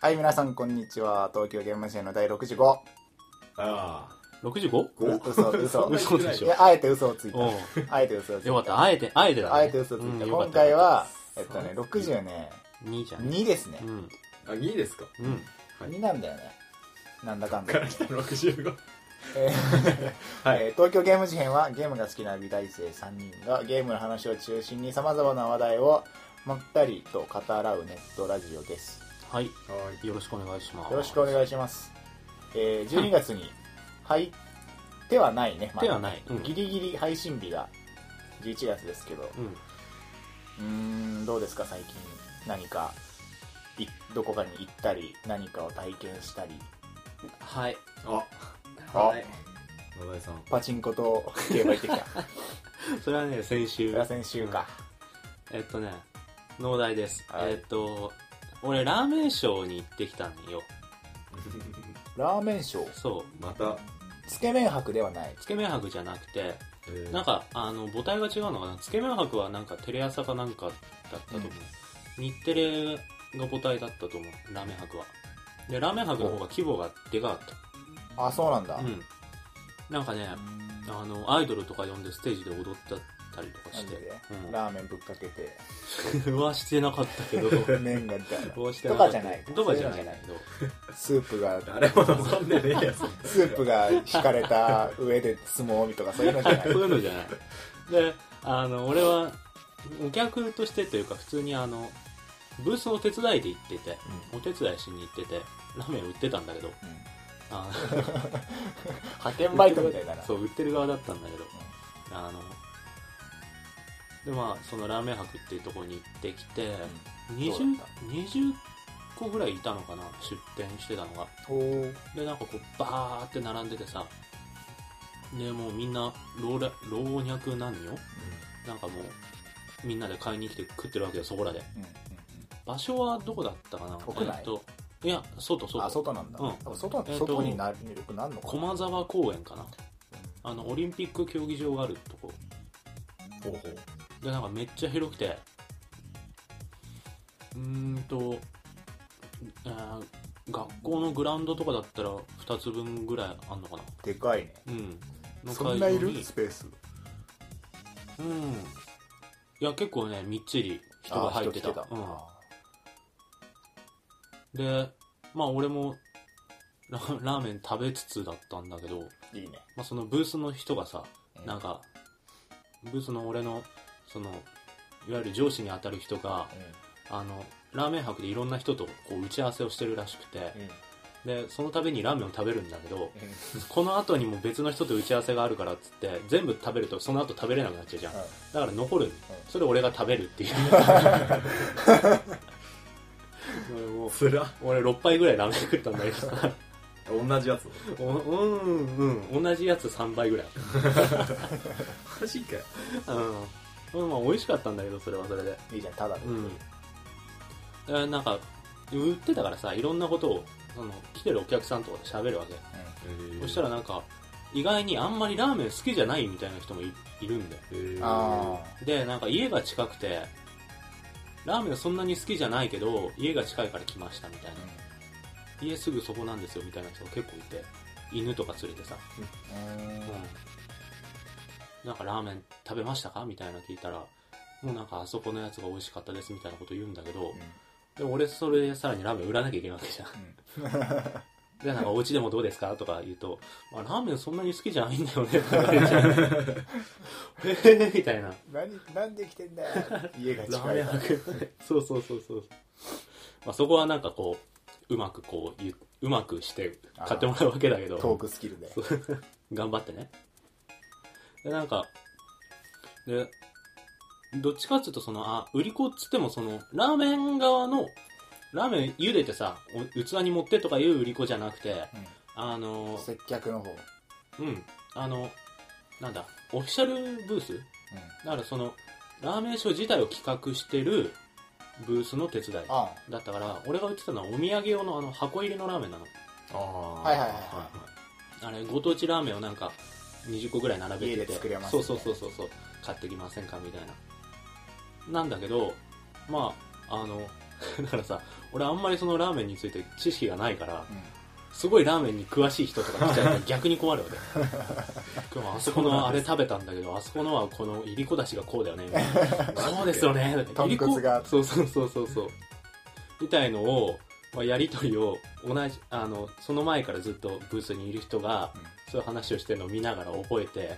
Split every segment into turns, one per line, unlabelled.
はい、皆さん、こんにちは。東京ゲームシェアの第65。
ああ。
65?
嘘、嘘。
嘘でし
い
ょ
や、あえて嘘をつい
うん
た。あえて嘘をついた。
よかったあえてあえてだね
あえて嘘をついた。
うんよか
今
った
回は、えっ
よか
と
った
ね、60ね、
2じゃん
2ですね
う。ん
あ、2位ですか。
うん
うん
2なんだよね。なんだかんだ
か。ら来た65。
えー
はい
えー東京ゲーム事変はゲームが好きな美大生3人がゲームの話を中心にさまざまな話題をまったりと語らうネットラジオです
はい
はい。
よろしくお願いします
よろしくお願いします、えー12月に入ってはないね、まだ
ではないうん
ギリギリ配信日が11月ですけど
うん
うーんどうですか最近何かいどこかに行ったり何かを体験したり
はい
あ、
はい
野田井さん。
パチンコと競馬行ってき た
それはね先
そ
週
れは先週か、
えっとね農大です
はい
えっと俺ラーメンショーに行ってきたんよ
ラーメンショー
そ
また、
つけ麺博ではないう
つけ麺博じゃなくて
えー
なん、かあの母体が違うのかなつけ麺博はなんかテレ朝かなんかだったと思う、日テレが母体だったと思うラーメン博はでラーメン博の方が規模がでかかっ
あそうなんだ、
たうんなんかねあのアイドルとか呼んでステージで踊ったたりとかし
マジで
て、う
ラーメンぶっかけて
ん、 はしてなかったけ ど
麺が出た
はして
と
なか
か
っ
じ
た
ゃない
とかじゃない
そう
け
うの
ど
スープが
誰も望んでねえやつ。
スープが引かれた上で相撲みとかそういうのじゃない
そういうのじゃない。で、あの、俺は、お客としてというか、普通にあの、ブースのお手伝いで行ってて、お手伝いしに行ってて、ラーメン売ってたんだけど、あの
派遣バイトみたいだな
そうう、売ってる側だったんだけど、あの、で、まあ、そのラーメン博っていうところに行ってきて、
どう
20
だっ、
20個ぐらいいたのかな、出店してたのが。
おお
でなんかこうバーって並んでてさでもうみんな老若老若男女なんかもうみんなで買いに来て食ってるわけよそこらで場所はどこだったかな
屋内
えっと、いや外外
あ外なんだ、
うん
やっぱ外なんだ
えっと
外になるよくなるのかな
駒沢公園かなあのオリンピック競技場があるとこ
ほうほう。
でなんかめっちゃ広くてうーんと、えー学校のグラウンドとかだったら2つ分ぐらいあんのかな
でかいね
うんの
そんない
会場
る
に
スペース
うんいや結構ねみっちり人が入ってた
あ人来
うん、でまあ俺もララーメン食べつつだったんだけど、
いいね
まあ、そのブースの人がさ
うん
なんかブースの俺のそのいわゆる上司に当たる人があのラーメン博でいろんな人とこう打ち合わせをしてるらしくて
うんうん
でその度にラーメンを食べるんだけどこの後にも別の人と打ち合わせがあるからっつって全部食べるとその後食べれなくなっちゃうじゃん
はい
だから残る、それ俺が食べるっていう俺もう
つら。
俺6杯ぐらいラーメン食ったんだけどさ
同じやつ。
おうんうん同じやつ3杯ぐらい
マジかよ。
うんまあ美味しかったんだけどそれはそれで
いいじゃんただで
うんえなんか売ってたからさいろんなことをあの来てるお客さんとかと喋るわけ、そした
ら、
らなんか意外にあんまりラーメン好きじゃないみたいな人もいいるんだよ
えー
あ
でなんか家が近くてラーメンそんなに好きじゃないけど家が近いから来ましたみたいな家すぐそこなんですよみたいな人が結構いて犬とか連れてさ、
あうん
なんかラーメン食べましたかみたいなの聞いたらもうなんかあそこのやつが美味しかったですみたいなこと言うんだけど、で俺それでさらにラーメン売らなきゃいけないわけじゃんでなんかお家でもどうですかとか言うと、まあ、ラーメンそんなに好きじゃないんだよねって言われちゃ うえーみたいな
何なんで来てんだよ家が
ラ
近
ーメ
い
ン
から
博そうそうそうそう、まあ、そこはなんかこううまくこうゆうまくして買ってもらうわけだけど
トークスキルで
そう頑張ってねでなんかでどっちかっていうとそのあ売り子っつってもそのラーメン側のラーメン茹でてさお器に持ってとかいう売り子じゃなくてあの
接客の方うん
うんあのなんだオフィシャルブースだからそのラーメンショー自体を企画してるブースの手伝い
あ
だったから俺が売ってたのはお土産用のあの箱入りのラーメンなの
ああ。
はいはいはい
あれご当地ラーメンをなんか20個ぐらい並べてて
家で作れます
そうそうそうそうそう買ってきませんかみたいななんだけどまああの だからさ俺あんまりそのラーメンについて知識がないから
うん
すごいラーメンに詳しい人とか来ち ゃうと逆に困るわけ今日あそこのあれ食べたんだけどあそこのはこのいりこだしがこう だよねみたいなそうですよね
豚
いりこ
骨が
そうそうそうそうそうみたいのをまあやり取りを同じあのその前からずっとブースにいる人が
うん
そういう話をしてるのを見ながら覚えて、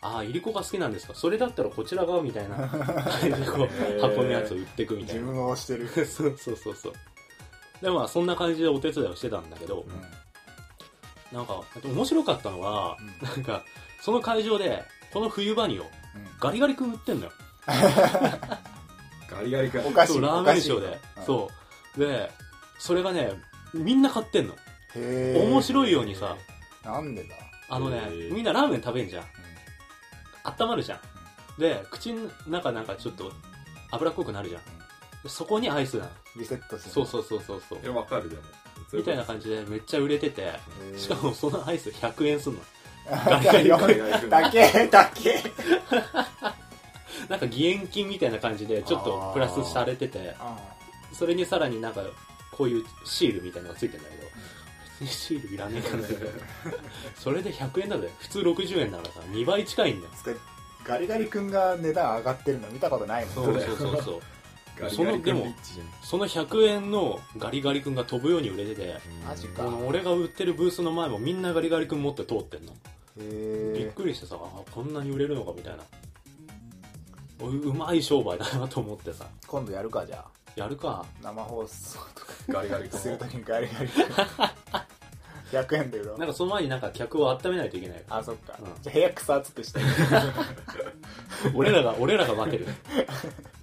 ああいりこが好きなんですかそれだったらこちらがみ たいな感じでこう箱のやつを売っていく
うん
みたい
自
な
分を推してる
そうそうそうそうでまあそんな感じでお手伝いをしてたんだけど、
うん
なんかあと面白かったのは、
う
なんかその会場でこの冬場にを
うん
ガリガリ君売ってんのよ
ガリガリか
お菓
そ
子
うラ
お
ーメ
菓
ン
子
ショーで、
うん
そうでそれがねみんな買ってんの、
へえ
面白いようにさ
なんでだ
あのね
へー
みんなラーメン食べんじゃん
う
温まるじゃんで口の中なんかちょっと脂っこくなるじゃんでそこにアイスなの
んリセットする
そうそうそうそうそう
えわかるでも
みたいな感じでめっちゃ売れてて
へー
しかもそのアイス100円すん の
だけ
ガリガリ君
だ けだけ
なんか義援金みたいな感じでちょっとプラスされてて
あ
それにさらになんかこういうシールみたいなのがついてんだけど別にシールいらね えからねそれで100円だぜ普通60円だからさ2倍近いんだよ
あつってガリガリ君が値段上がってるの見たことないもん
そうそうそうそう
ガリ
そ
ガ
の
リ
で
君
も
リッチじゃん
その100円のガリガリ君が飛ぶように売れてて
マジか
この俺が売ってるブースの前もみんなガリガリ君持って通ってんのび
へ
っ
え
くりしてさあこんなに売れるのかみたいなおううまい商売だなと思ってさ
今度やるかじゃあ
やるか
生放送とか
ガリガリ君
するときにガリガリ君100円で売ろう
なんかその前になんか客を温めないといけないから
あそっか、
うん
じゃあ部屋草熱くして
俺らが俺らが待てる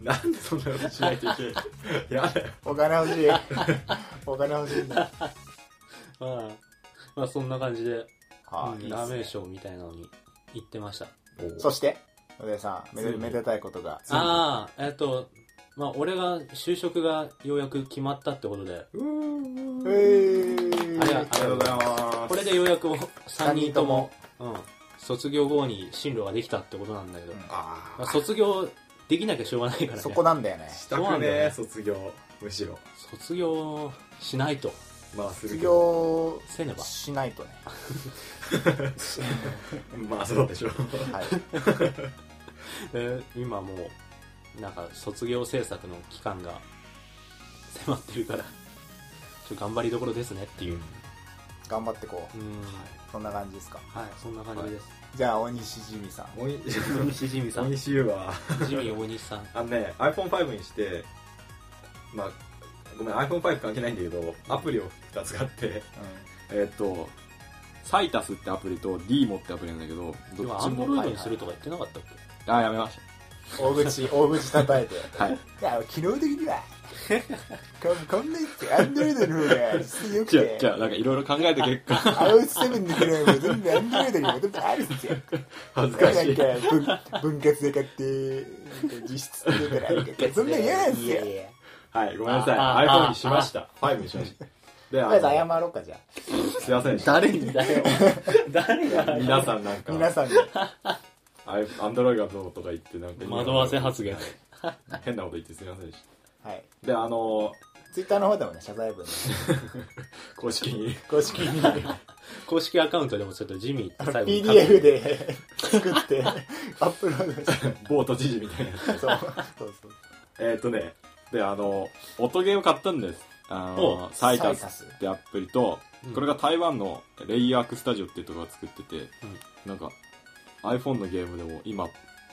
なんでそんなことしないといけない やだよ
お金欲しいお金欲しいんだ
まあ、まあそんな感じで、
は
うん
いい
ラ
っ
ー
す
メン
ね
ショーみたいなのに行ってました。
そして野出さんめ
つい
で
に
めでたいことが
う
ああ、えっ、と、まあ俺が就職がようやく決まったってことで、
うーん
え
あり
ー
あ
が
りがとうございます
これでようやく3
三
人
人
と
と
も
も、
うん、卒業後に進路ができたってことなんだけど、
うん
ま
あ
あ
あ
卒業できなきゃしょうがないからね。
そこなんだよね
したくねえ卒業むしろ
卒業しないと、
まあする
卒
けど
業
せねば。
しない とね
まあそうでしょう
はい
で今もう、なんか卒業制作の期間が迫ってるから、ちょっと頑張りどころですねっていう。
頑張ってこう
うん
そんな感じですか
はい、そんな感じです。
じゃあ大西ジミさん
おい
大西ジミさ
お
ん。
い
ジ
しいわ
ミ大西さん。
あのね iPhone5 にしてまあごめん iPhone5 関係ないんだけどアプリを2つ買ってえっとサイタスってアプリと DMO ってアプリなんだけどど
今、
っ
ア
ち
ンド
も
ロイドにするとか言ってなかったっけ
あやめまし
大 口大口叩いて
たはい
いや機能的にはここんな言ってアンドロイドの方が質良く
じゃあ
て
じゃあなんかいろいろ考えた結果
iOS7 に比べると全部アンドロイドにも全部あるっすよ
恥ず
な
か
ん
しい
か分分割で買ってなんか実質で買ってなんか そんなん嫌なんすよ
いや
はいごめんな
ああ
さい
あ
iPhone にしました5にしましたで
とりあえず
あ
謝ろうかじゃ
のすいませんで した
誰にだよ。誰が
あ
皆さんなんか
皆さんに
あれアンドロイドがどうとか言ってなんか
惑わせ発言。
変なこと言ってすみませんでし
はい
たであの
ツイッターの方でもね謝罪文ね
公式に
公式に
公式アカウントでもちょっとジミーって最後に書く
PDF で作 ってアップロードして
ボート知事みたいな
そうそうそう
えっ、とねであの音ゲーを買ったんですあの
お
サイタ
サイタ
ス
ス
ってアプリと、
うん
これが台湾のレイヤークスタジオっていうところが作ってて、なんか iPhone のゲームでも今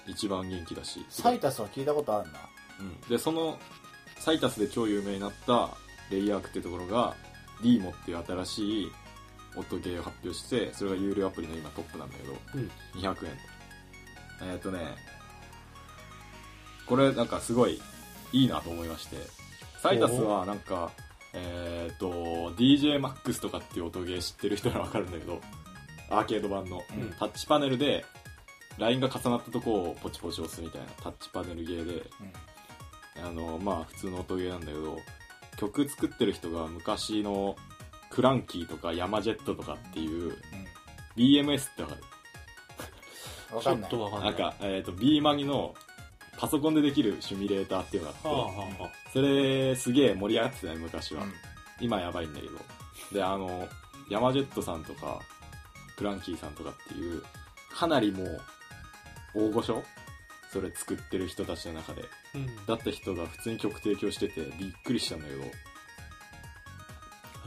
一番元気だし、
サイタスは聞いたことあるな
うんでそのサイタスで超有名になったレイヤークっていうところが DMO っていう新しい音ゲーを発表してそれが有料アプリの今トップなんだけど、
うん
200円えーっ、とねこれなんかすごいいいなと思いましてサイタスはなんかえーっ、と DJMAX とかっていう音ゲー知ってる人ならわかるんだけどアーケード版の、
うん
タッチパネルでラインが重なったとこをポチポチ押すみたいなタッチパネルゲーであのまあ普通の音ゲーなんだけど曲作ってる人が昔のクランキーとかヤマジェットとかっていう BMS ってわかる
わ
ち
か
ょ
ん
っ
ない
とわかんな。
ないんか、えー、と B マギのパソコンでできるシミュレーターっていうのが
はあ
あっ
はあは
て、それすげえ盛り上がってたね、昔は。
うん
今やばいんだけど。で、あの、ヤマジェットさんとか、クランキーさんとかっていう、かなりもう、大御所それ作ってる人たちの中で。
あ。うん。
だった人が普通に曲提供してて、びっくりしたんだけど、
へ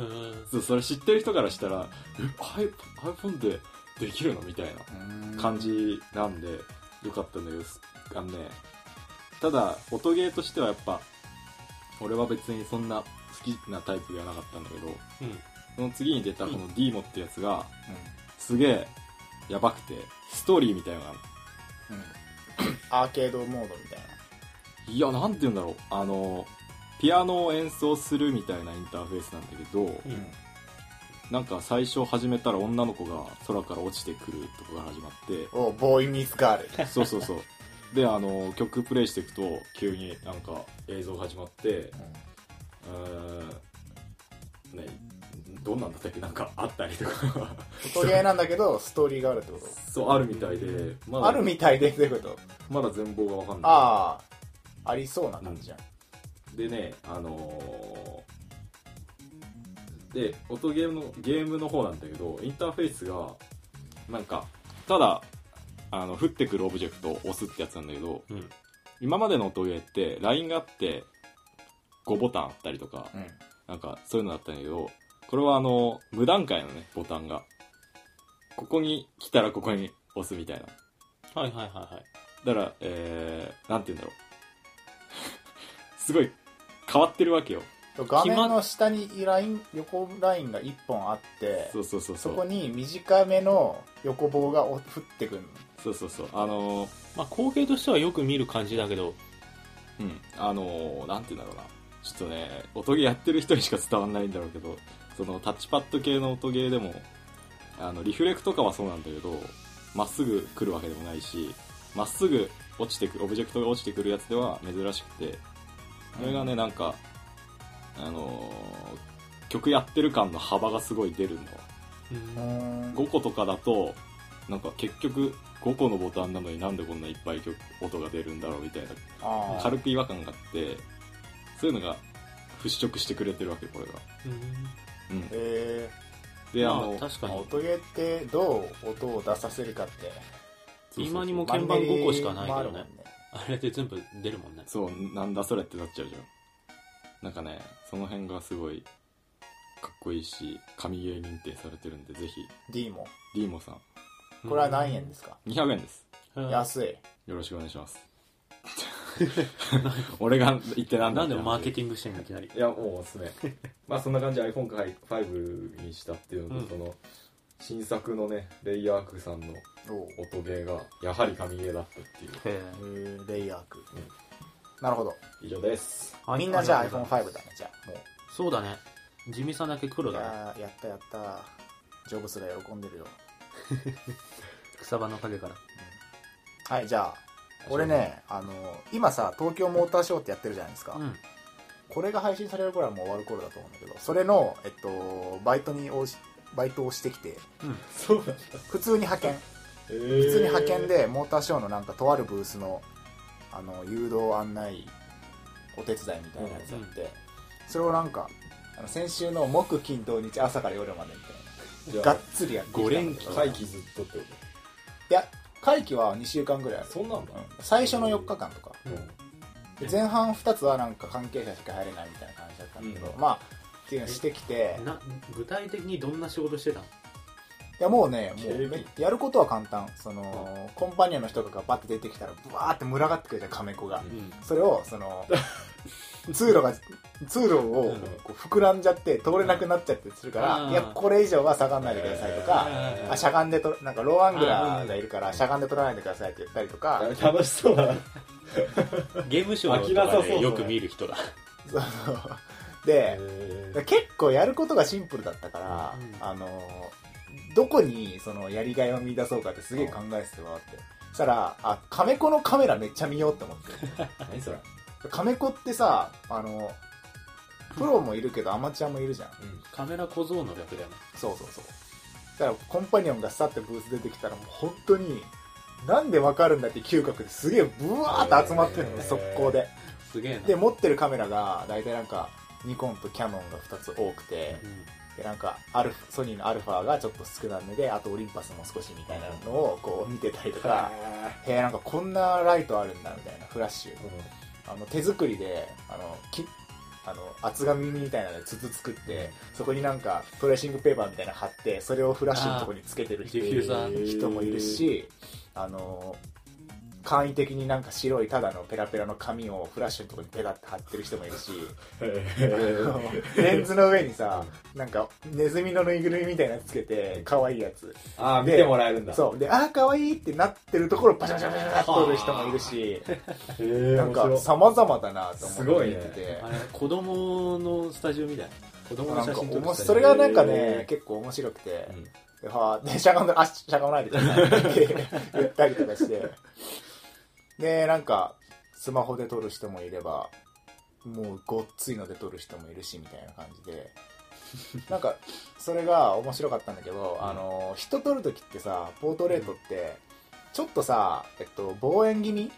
え
そうそれ知ってる人からしたら、え、iP- iPhone でできるのみたいな。
うん
感じなんで、よかったんだけど、あのね、ただ、音ゲーとしてはやっぱ、俺は別にそんな好きなタイプではなかったんだけど、
うん。
その次に出たこの DMO ってやつが、
う
すげえ、やばくて、ストーリーみたいなのがある
んうんアーケードモードみたい
いや、なんて言うんだろう、あの、ピアノを演奏するみたいなインターフェースなんだけど、
うん。
な
なんか最初始めたら女の子が空から落ちてくるとこが始まって、
おボーイミスガール
そうそうそう。で、あの、曲プレイしていくと、急になんか映像が始まって、うーん、ね、どうなんだったっけなんかあったり とか。
音ゲーなんだけどストーリーがあるってこ
そう、あるみたいで、ま
と
だ、
あるみたいでってこと
まだ全貌がわかんない。
ああありそうな感じじゃん
でね、あのーで、音ゲームの、ゲームの方なんだけど、インターフェースが、なんか、ただ、あの、降ってくるオブジェクトを押すってやつなんだけど、
うん。
今までの音ゲーって、ラインがあって、5ボタンあったりとか、
うん
なんかそういうのだったんだけど、これはあの、無段階のね、ボタンが。ここに来たらここに押すみたいな。
はいはいはいはい。
だから、えー、なんて言うんだろう。 すごい変わってるわけよ。
そう画面の下にライン横ラインが1本あって
そうそうそう
そ
そう。
こに短めの横棒がお降ってくるの
そうそうそう。あのー、
まあ、光景としてはよく見る感じだけど、
うん。あのー、なんて言うんだろうな。ちょっとね、音ゲーやってる人にしか伝わんないんだろうけど、そのタッチパッド系の音ゲーでも、あの、リフレクとかはそうなんだけど、まっすぐ来るわけでもないし、まっすぐ落ちてくる、オブジェクトが落ちてくるやつでは珍しくて、それがね、なんか、あのー曲やってる感の幅がすごい出るんだわ。
う。
うんん
5個とかだと、なんか結局5個のボタンなのになんでこんないっぱい曲音が出るんだろうみたいな
あー
軽く違和感があってそういうのが払拭してくれてるわけこれが、うん、
え
であの
まあ、確
ー
か
まあ
に。
音ゲーってどう音を出させるかって
そうそうそう
今にも
マン
鍵
ネ
盤
リ
5個しかないけ
もあ
どね
るもんね
あれで全部出るもんね。
そうなんだそれってなっちゃうじゃんなんかねその辺がすごいかっこいいし神ゲー認定されてるんでぜひ
D も
ディーモさ
これは何円ですか
ん200円です
うん
安い
よろしくお願いし ます俺が言ってなんだ
なんでマーケ
テ
ティングしてんのいきなり。
いやもうおすすめまあそんな感じで iPhone5 にしたっていうのと、
うん
その新作のねレイヤークさんの
おう
音ゲーがやはり神ゲーだったっていう
えーレイヤークなるほど
以上です
みんなじゃあ iPhone5
だ
だねじゃあもう
そうだね。地味さだけ黒
い
だね。
やーやったやったジョブスが喜んでるよ
草葉の陰から。
はいじゃあ俺ねあの今さ東京モーターショーってやってるじゃないですか、
うん。
これが配信される頃はもう終わる頃だと思うんだけどそれの、えっと、バイトに応じバイトをしてきて
うん。
そうなんだ、
普通に派遣
えー、
普通に派遣でモーターショーのなんかとあるブースのあの誘導案内お手伝いみたいなやつあって、それをなんかあの先週の木金土日朝から夜までみたい
じゃ
な
あ
がっつりやってきたんだけど
会期ずっとってこ
いや会期は2週間ぐらいある
とそんなんだ、
うん最初の4日間とか
うん
で前半2つはなんか関係者しか入れないみたいな感じだったんだけど、
う
まあっていうのしてきて
な、具体的にどんな仕事してたの
いやもうねも
警備
うめやることは簡単その、コンパニオンの人がバッて出てきたらブワーって群がってくるじゃんカメ子が、
うん
それをその 通路が通路をこう膨らんじゃって通れなくなっちゃってするから、
うん
いやこれ以上は下がんないでくださいとか、
えー
あしゃがんでとなんかローアングラーがいるからしゃがんで取らないでくださいって言ったりとか、
楽しそうだな
ゲームショー
飽きな
の
さ
と
そうそれ
かでよく見る人だ。
そうそうで、
え
結構やることがシンプルだったから、
うん
あのどこにそのやりがいを見出そうかってすげえ考えてたわって、そしたらあカメ子のカメラめっちゃ見ようって思って
ー、何それ、
カメ子ってさあのプロもいるけどアマチュアもいるじゃん
うん、
カメラ小僧の略だよね。
そうそうそうだからコンパニオンがさってブース出てきたらもう本当になんでわかるんだって嗅覚ですげえブワーって集まってるの、
へー
速攻で。
すげえな
で、持ってるカメラが、大体なんか、ニコンとキャノンが2つ多くて、
うん
で、なんか、アルフソニーのアルファがちょっと少なめで、あとオリンパスも少しみたいなのをこう見てたりとか、へえ、なんかこんなライトあるんだみたいな、フラッシュ。あの手作りであのきあの厚紙みたいなので筒作ってそこになんかトレーシングペーパーみたいなの貼ってそれをフラッシュのとこにつけてる人
あーディフューザー
人もいるしあの簡易的になんか白いただのペラペラの紙をフラッシュのとこにペタって貼ってる人もいるしあの レンズの上にさなんかネズミのぬいぐるみみたいなのつけて可愛いやつ
ああ、見てもらえるんだ。
そうでああ可愛いってなってるところをバシャバシャバシャバシャっと撮る人もいるし
へえ
なんか様々だなと思って見て
すご
て、
あれ子供のスタジオみたいな子供
なん
の
か
写真撮る
おも
スタジオ
それがなんか
へ
ね
ー
結構面白くて、ではーでしゃがんだらあしゃがまないでくださいって言ったりとかしてでなんかスマホで撮る人もいればもうごっついので撮る人もいるしみたいな感じでなんかそれが面白かったんだけど、あの人撮る時ってさポートレートってちょっとさ、えっと、望遠気味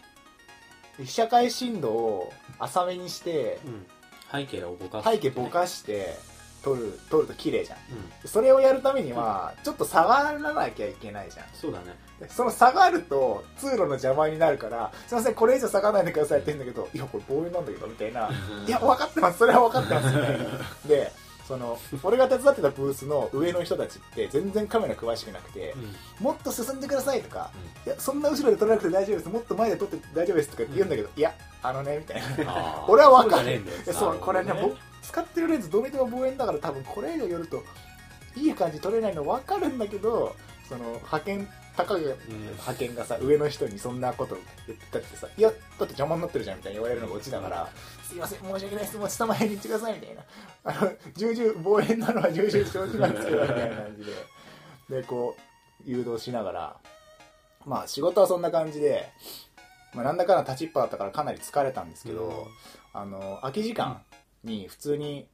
被写界深度を浅めにして
うん背景をぼかす
背景ぼかして撮る撮ると綺麗じゃん
うん
それをやるためにはちょっと下がらなきゃいけないじゃん
そうだね
でその下がると通路の邪魔になるからすいませんこれ以上下がらないでくださいって言うんだけどいやこれボールなんだけどみたいな
うん
いや分かってますそれは分かってますみたいなでその俺が手伝ってたブースの上の人たちって全然カメラ詳しくなくて
うん
もっと進んでくださいとか、いやそんな後ろで撮らなくて大丈夫ですもっと前で撮って大丈夫ですとかって言うんだけど、いやあのねみたいな
あ ー
俺は分か
そうじゃねえ
る
んだよ
そうそうこれね
なるほど
僕使ってるレンズどれでも望遠だから多分これ以上寄るといい感じ撮れないの分かるんだけどその派遣高が
うん
派遣がさ上の人にそんなこと言ったってさ「いやだって邪魔になってるじゃん」みたいに言われるのがオチだから「すいません申し訳ないですもう下前に行ってください」みたいな「あの重々望遠なのは重々承知なんですけど」みたいな感じででこう誘導しながらまあ仕事はそんな感じで、まあ、なんだかんだ立ちっぱだったからかなり疲れたんですけど、
うん
あの空き時間に普通に、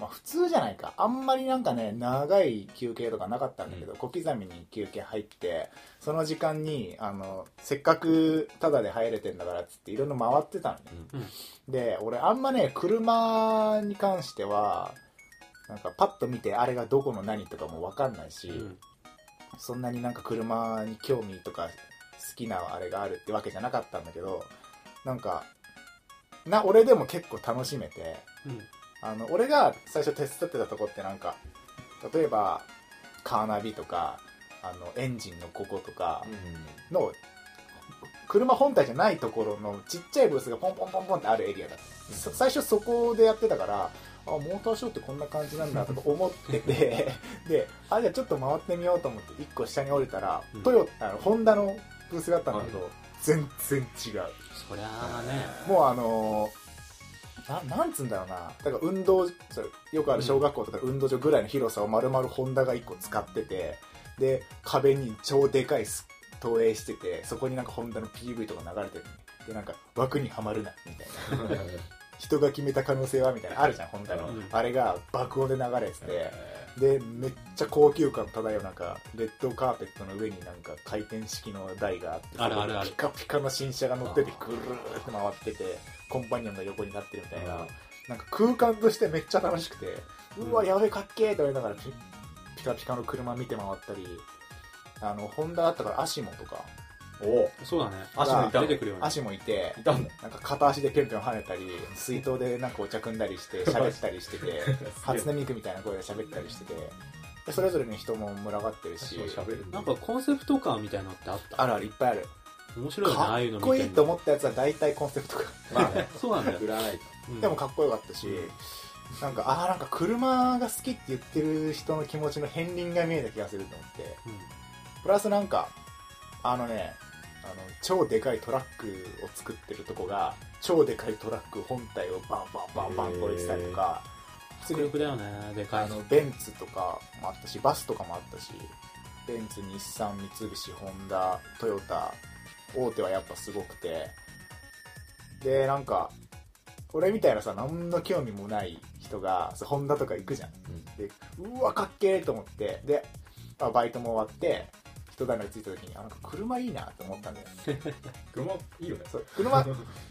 まあ、普通じゃないかあんまりなんかね長い休憩とかなかったんだけど、小刻みに休憩入ってその時間にあのせっかくタダで入れてんだからっつっていろいろ回ってたのね、で俺あんまね車に関してはなんかパッと見てあれがどこの何とかも分かんないし、
うん
そんなになんか車に興味とか好きなあれがあるってわけじゃなかったんだけどなんかな俺でも結構楽しめて
うん
あの俺が最初手伝ってたとこってなんか例えばカーナビとかあのエンジンのこことかの車本体じゃないところのちっちゃいブースがポンポンポンポンってあるエリアだったさ最初そこでやってたからあモーターショーってこんな感じなんだとか思っててであじゃあちょっと回ってみようと思って1個下に降りたら、
うん
トヨタあのホンダのブースがあったんだけど、全然違う
そりゃあね
もうあのーななんつうんだろうなだから運動そうよくある小学校とか運動場ぐらいの広さを丸々ホンダが1個使っててで壁に超でかいス投影しててそこになんかホンダの PV とか流れてるでなんか枠にはまるなみたいな人が決めた可能性はみたいなあるじゃんホンダの、
うん
あれが爆音で流れてて、でめっちゃ高級感漂うなんかレッドカーペットの上になんか回転式の台があって
あるあるある
ピカピカの新車が乗ってて
あー
ぐるーって回っててコンパニオンが横になってるみたいな、
うん
なんか空間としてめっちゃ楽しくて
うん
うわやべえかっけーって思いながらピピカピカの車見て回ったりあのホンダだったから足もとか
おう
そうだね
足もいたの
出てくるよね
足もいて
いたんだ。
なんか片足でぴょんぴょん跳ねたり水筒でなんかお茶汲んだりして 喋ったりしてて初音ミクみたいな声で喋ったりしててでそれぞれの人も群がってるし
喋る
なんかコンセプト感みたいなのってあった
あるあるいっぱいある
面白いよねあ
か
あいうの
っ
見て
こいいと思
っ
ったやつは大体コンセプトが
まあね、
そうなんだよ
売らない。
うん
でもかっこよかったしなんかああんか車が好きって言ってる人の気持ちの片鱗が見えた気がすると思って
うん
プラスなんかあのねあの超でかいトラックを作ってるとこが超でかいトラック本体をバンバンバンバンこれしたりとか普通
迫
に
力だよねでか
あ
い
のベンツとかもあったしバスとかもあったしベンツ日産三菱ホンダトヨタ大手はやっぱすごくてでなんか俺みたいなさ何の興味もない人がそうホンダとか行くじゃんでうわかっけーと思ってで、まあバイトも終わって人だかりついた時にあなんか車いいなって思ったんだよね
車いいよね
そう車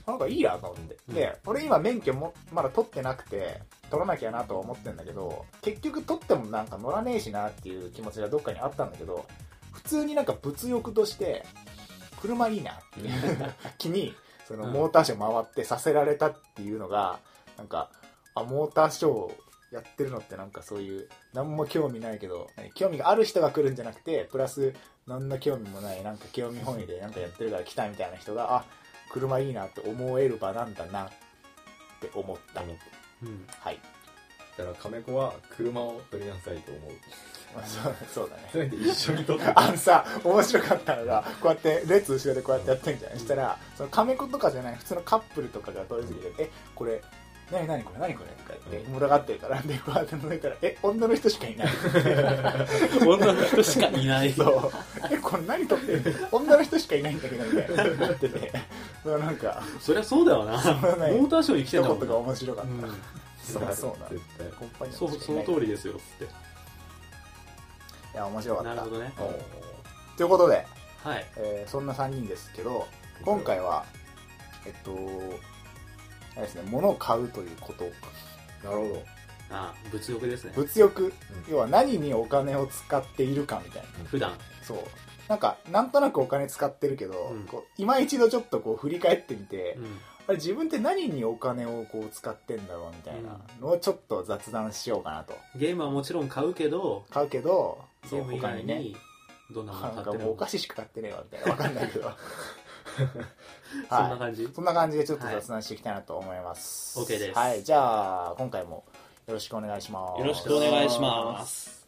なんかいいやと思って、
うん
で俺今免許もまだ取ってなくて取らなきゃなとは思ってんだけど結局取ってもなんか乗らねえしなっていう気持ちがどっかにあったんだけど普通になんか物欲として車いいなっていう 気にその
うん
モーターショー回ってさせられたっていうのがなんかあモーターショーやってるのってなんかそういう何も興味ないけど何興味がある人が来るんじゃなくてプラス何の興味もないなんか興味本位でなんかやってるから来たみたいな人があ車いいなって思える場なんだなって思った
思っ
うん。
はい
だから亀子は車を取りなさいと思う
まあそうそうだね
せめて一緒に取って
あのさ面白かったのがこうやって列後ろでこうやってやってんじゃないしたらその亀子とかじゃない普通のカップルとかが通り過ぎて「えこれ何何これ何これ」とか言って
う
群がってるからでこうやって覗いたら「え女の人しかいない」
女の人しかいない。
そう「えこれ何撮ってる女の人しかいないんだけど」みたいななっててそのなんか
そりゃそうだよな。
うだね
モーターショーに来て
一
んだもん
言が面白か
う
った、
ん。
そうだそうだ
絶対
コンパニオンし
そ、
かいうない
その通りですよ、つって。
いや面白か
な
っ
る
た
ほどね。
おうということで、
はい。
えーそんな3人ですけど今回はえっとあれですね物を買うということ
なるほど
ああ、物欲ですね。
物欲、要は何にお金を使っているかみたいな
普段。
そうなんかなんとなくお金使ってるけど、
うん
こう今一度ちょっとこう振り返ってみて、
うん。
あれ自分って何にお金をこう使ってんだろうみたいなのをちょっと雑談しようかなと
ゲームはもちろん買うけど、
買うけど
ゲ
そう
ーム以
他
外
にね
に、どんなも
な
の
ん
買
か
ってる
もうお
の
菓子しか買ってねえわみたいなわかんないけ ど
そんな
は
感じ
いそんな感じでちょっと雑談していきたいなと思います、
OK です
はいじゃあ今回もよろしくお願いします
よろしくお願いします。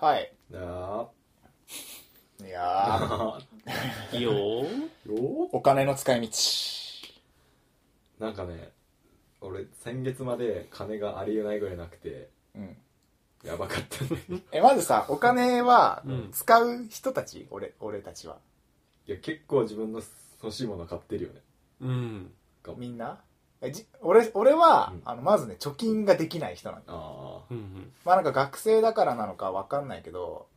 はい
なあ
いやー
いいよー。
よ
お金の使い道
なんかね俺先月まで金がありえないぐらいなくて
うん
やばかった ね
えまずさお金は
うん
使う人たち、俺俺たちはい
や結構自分の欲しいもの買ってるよね
うん。
みんなえじ俺俺は、
うん
あのまずね貯金ができない人なの
あ
うんうん。
まあなんか学生だからなのかわかんないけど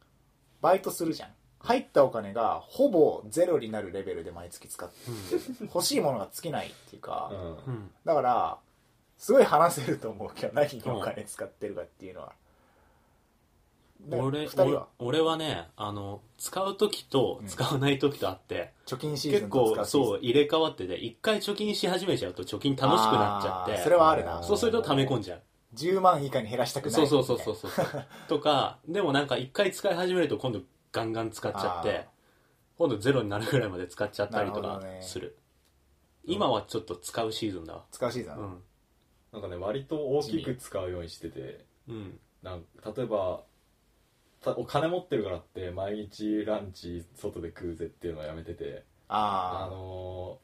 バイトするじゃん入ったお金がほぼゼロになるレベルで毎月使って欲しいものが尽きないっていう
あ
か、
うん
うん。うん。
だからすごい話せると思うけど何にお金使ってるかっていうのは、で
俺
二人は
俺俺はねあの使う時と使わない時とあって、
貯金シーズ
結
ンと使
構
うシーズン
そう入れ替わってて一回貯金し始めちゃうと貯金楽しくなっちゃっ
あ
て
ーそれはあるな
そうすると溜め込んじゃう
10万以下に減らしたくない
そうそうそうそうそう とかでもなんか一回使い始めると今度ガンガン使っちゃっ
あー
て今度ゼロになるぐらいまで使っちゃったりと
なる
か
ほどね
する今はちょっと使うシーズンだわ
使うシーズン、
うん
なんかね割と大きく使うようにしてて
うん
なんか例えばたお金持ってるからって毎日ランチ外で食うぜっていうのはやめててあ
ああ
の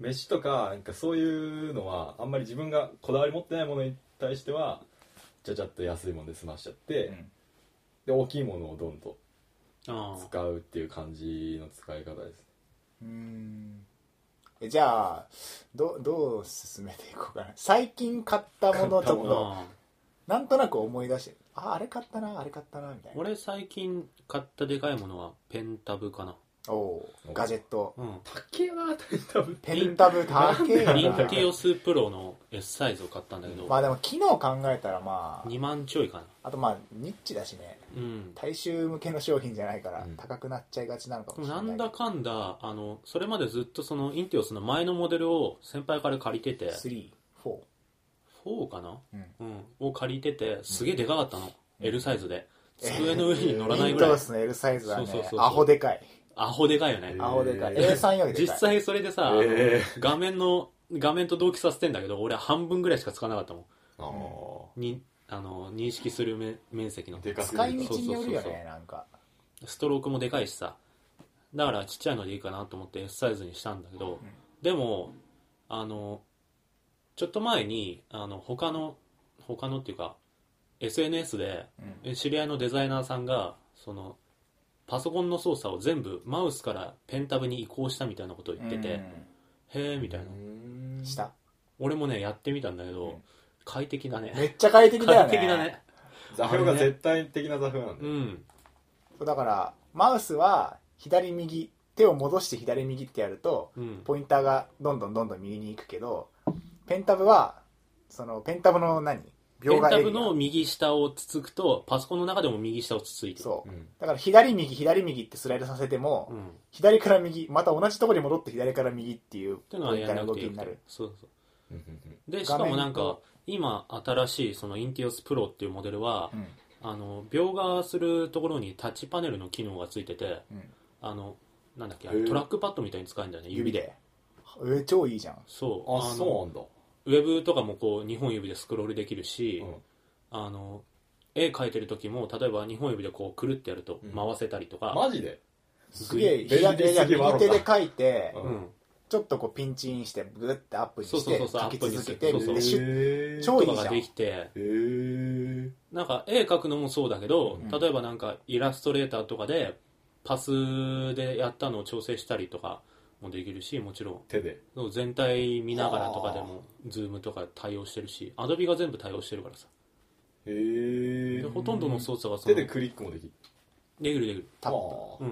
ー飯とかなんかそういうのはあんまり自分がこだわり持ってないものに対してはちゃちゃっと安いもので済ましちゃって、
うん
で大きいものをどんと
あー
使うっていう感じの使い方です
うーんえじゃあどどう進めていこうかな最近買ったものをちょっ
買ったも
と
あー
なんとなく思い出してああれ買ったなあれ買ったなみたいな
俺最近買ったでかいものはペンタブかな
おおうガジェット
うん
高えな多分
ペンタブ高え
イン
な
ティオスプロの S サイズを買ったんだけど、
まあでも機能考えたらまあ
2万ちょいかな
あとまあニッチだしね
うん
大衆向けの商品じゃないから
うん
高くなっちゃいがちなのかもしれ
な
ない
んだかんだあのそれまでずっとそのインティオスの前のモデルを先輩から借りてて
34
4かな、
うん
うん、を借りててすげえでかかったの、
うん
L サイズで机の上に乗らない
イン
ぐ
ト
ら
ロ
い
スの L サイズはね
そうそうそうそう
アホでかい
アホでかいよね
えー
アホでかい
えー
A3 よりで
実
かい
際それでさ、
え
画面の画面と同期させてんだけど俺は半分ぐらいしか使わなかったも
あー
んにあの認識する面面積の
でかすぎ
使い
る
道によるよ
そうそうそう
ねなんか
ストロークもでかいしさだからちっちゃいのでいいかなと思って S サイズにしたんだけど、でもあのちょっと前にあの他の他のっていうか SNS で
うん
え知り合いのデザイナーさんがそのパソコンの操作を全部マウスからペンタブに移行したみたいなことを言ってて、へえみたいな
うんした
俺もねやってみたんだけ
う
ど、
ん
快適だね
めっちゃ快適だよ
快
ね
適だね
座標が絶対的な座標なんだ
う
よ、
ん
そうだからマウスは左右手を戻して左右ってやると
うん
ポインターがどんどんどんどん右に行くけどペンタブはそのペンタブの何
ペン
描画
タ
エ
ブ
リ
の
ア
右下をつつくとパソコンの中でも右下をつついて
そう
うん
だから左右左右ってスライドさせても、
うん、っ
左から右また同じところに戻って左から右っていう
ていうのはやらなくていい
動きになる
そうそ
うんうん
うでしかもなん
画面
か今新しいそのインティオスプロっていうモデルは、
うん
あの描画するところにタッチパネルの機能がついてて
うん
あのなんだっけ
へえ
トラックパッドみたいに使えるんだよね指
指
で
でえー超いいじゃん
そう
あ
の
そうなんだ
ウェブとかもこう2本指でスクロールできるし、
うん
あの絵描いてる時も例えば2本指でこうくるってやると
うん
回せたりとか、
マジです
げえ
便利
左手
すぎ
で
るわ
右手で書いて
うん
うん、
ちょっとこうピンチインしてグッてアップに
そう
し
そう
て
そうそう
書き続けて
アップにするそうそう
でシュッ
へ
超
と
いい
か
じ
が
ゃん
できて
えー、
なんか絵描くのもそうだけど、
うん
例えばなんかイラストレーターとかでパスでやったのを調整したりとかもできるしもちろん
手で
そう全体見ながらとかでもズームとか対応してるしアドビが全部対応してるからさ
へえ
でほとんどの操作がそ
手
の
でクリックもできる
できるできる
タップ
あ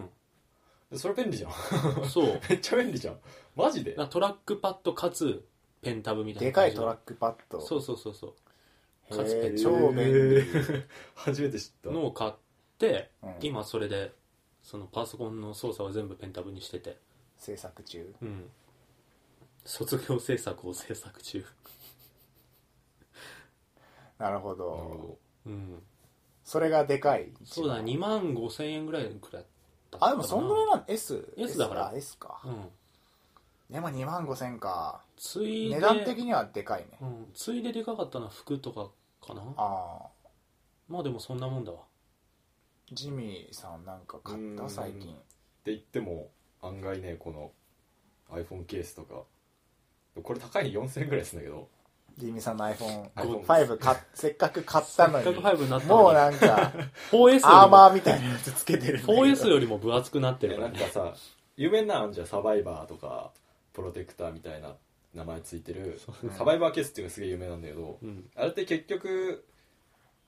う
ーそれ便利じゃん
んそうだか
めっちゃ便利じゃんマジで
らトラックパッドかつペンタブみたい
で
な
か
感
い
じ
トラックパッド
そうそうそうそうかつペ
へ
ン
ー
タ
超便利、
利 初めて知った
ブのを買って
うん
今それでそのパソコンの操作は全部ペンタブにしてて
制作中
うん卒業制作を制作中
なるほ
なる
ど
ほ
うん
それがでかい一番
そうだ2万5千円ぐらいくらいだったか
あでもそんぐらいなん S
S だから
あ S か
うん
でも2万5千か
ついで
値段的にはでかいね
うん、ついででかかったのは服とかかな
ああ
まあでもそんなもんだわ
ジミーさんなんか買っ
うー
た
ん
最近
って言っても案外ねこの iPhone ケースとかこれ高いの4000円ぐらいするんだけど
ジミーさんの iPhone5
iPhone
買っせっかく買ったの
せっ
に
かく5になった
も
の
う
に
なんか
4S より
アー
も
マーみたいなやつつけてるんだけど
4S よりも分厚くなって
い
る
や
か
な
ら
ん
ね
かさ有名なのあんじゃんサバイバーとかプロテクターみたいな名前ついてるサバイバーケースっていうのがすげえ有名なんだけど
うん
あれって結局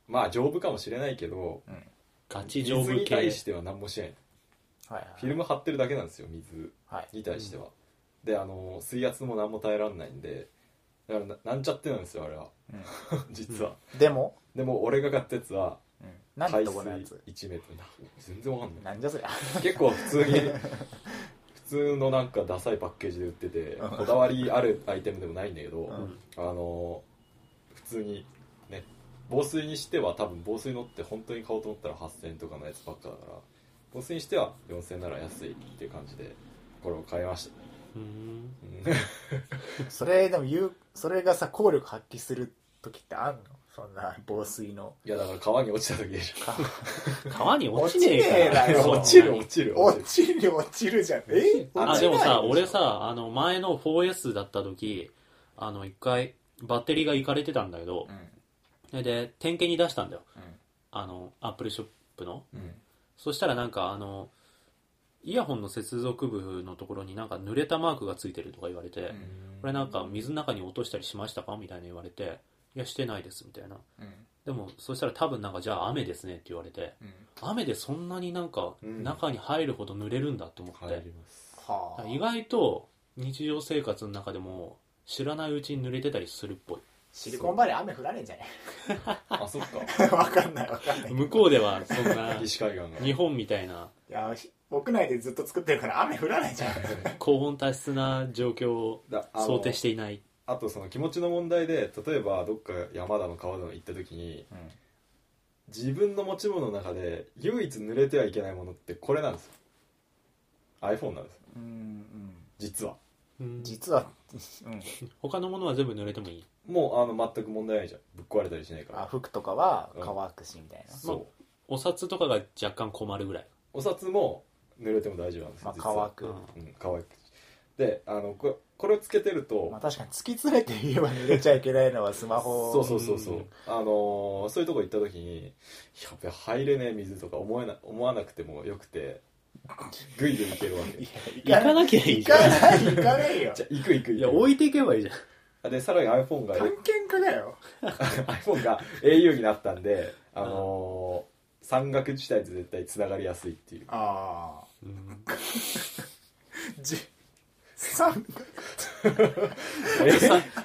まあ丈夫かもしれないけど
ガチ
水
丈夫
に
系
対しては何もしない
はい
フィルム貼ってるだけなんですよ水
はい
に対しては、であの水圧も何も耐えられないんでだからななんちゃってなんですよあれは 実は、
でも
でも俺が買ったやつは
何
海
と
水
このやつ
1メートルな全然わかんない
なんじゃそりゃ
結 構普通に普通のなんかダサいパッケージで売っててこだわりあるアイテムでもないんだけど、
うん
あの普通にね防水にしては多分防水のって本当に買おうと思ったら8000円とかのやつばっかだから防水にしては4000円なら安いっていう感じでこれを買いました
うん
うん
それでも言うそれがさ効力発揮する時ってあんのそんな防水 の
いやだから川に落ちた時でしょ
川に落ちねえ
落ちねえ
か
な
ら
よ
そんなに
落ちる落ちる落
落
ちる
ちる落ちるじゃんえ落
あ
ち
で
ない
もさ俺さあの前の 4S だった時あの一回バッテリーがいかれてたんだけど
う、ん
でで点検に出したんだよ
うん
あのアップルショップの
うん
そしたらなんかあのイヤホンの接続部のところになんか濡れたマークがついてるとか言われて、これなんか水の中に落としたりしましたかみたいな言われていやしてないですみたいな
うん
でもそしたら多分なんかじゃあ雨ですねって言われて
うん
雨でそんなになんか
うん
中に入るほど濡れるんだと思って、
入ります
はあ
意外と日常生活の中でも知らないうちに濡れてたりするっぽい
シリコンバレー雨降らねえんじゃね
あそっか
えわかんないわかんない
向こうではそん な
西海岸が
日本みたいない
やひ屋内でずっと作ってるから雨降らないじゃん
高温多湿な状況を
だあの
想定していない
あとその気持ちの問題で例えばどっか山だの川だの行った時に自分の持ち物の中で唯一濡れてはいけないものってこれなんですよ iPhone なんですよ
うんうん
実は
うん
実は、うん、
他のものは全部濡れてもいい
もうあの全く問題ないじゃんぶっ壊れたりしないか
あ
ら
服とかは乾くしみたいな、
そう
お札とかが若干困るぐらい、
お札も濡れても大丈夫なんです
まあ、
よ実
乾
は
く、
うん
うん乾くであのここれをつけてると
まあ、確かに突き詰めて言えば入れちゃいけないのはスマホ
そうそうそうそう、
うん
あのーそういうとこ行った時にやべ入れねえ水とか思えな思わなくてもよくてぐいぐい行けるわけ
いや
行かなきゃい
行
いじゃ
か
ん。
ない行かないよ
じゃあ行く行く
いや、
行
置いていけばいいじゃん。
くでさらに iPhone が
探検家だよ
iPhone が au になったんであのー山岳地帯と絶対つながりやすいって いう
ああ
うん
じ三
さ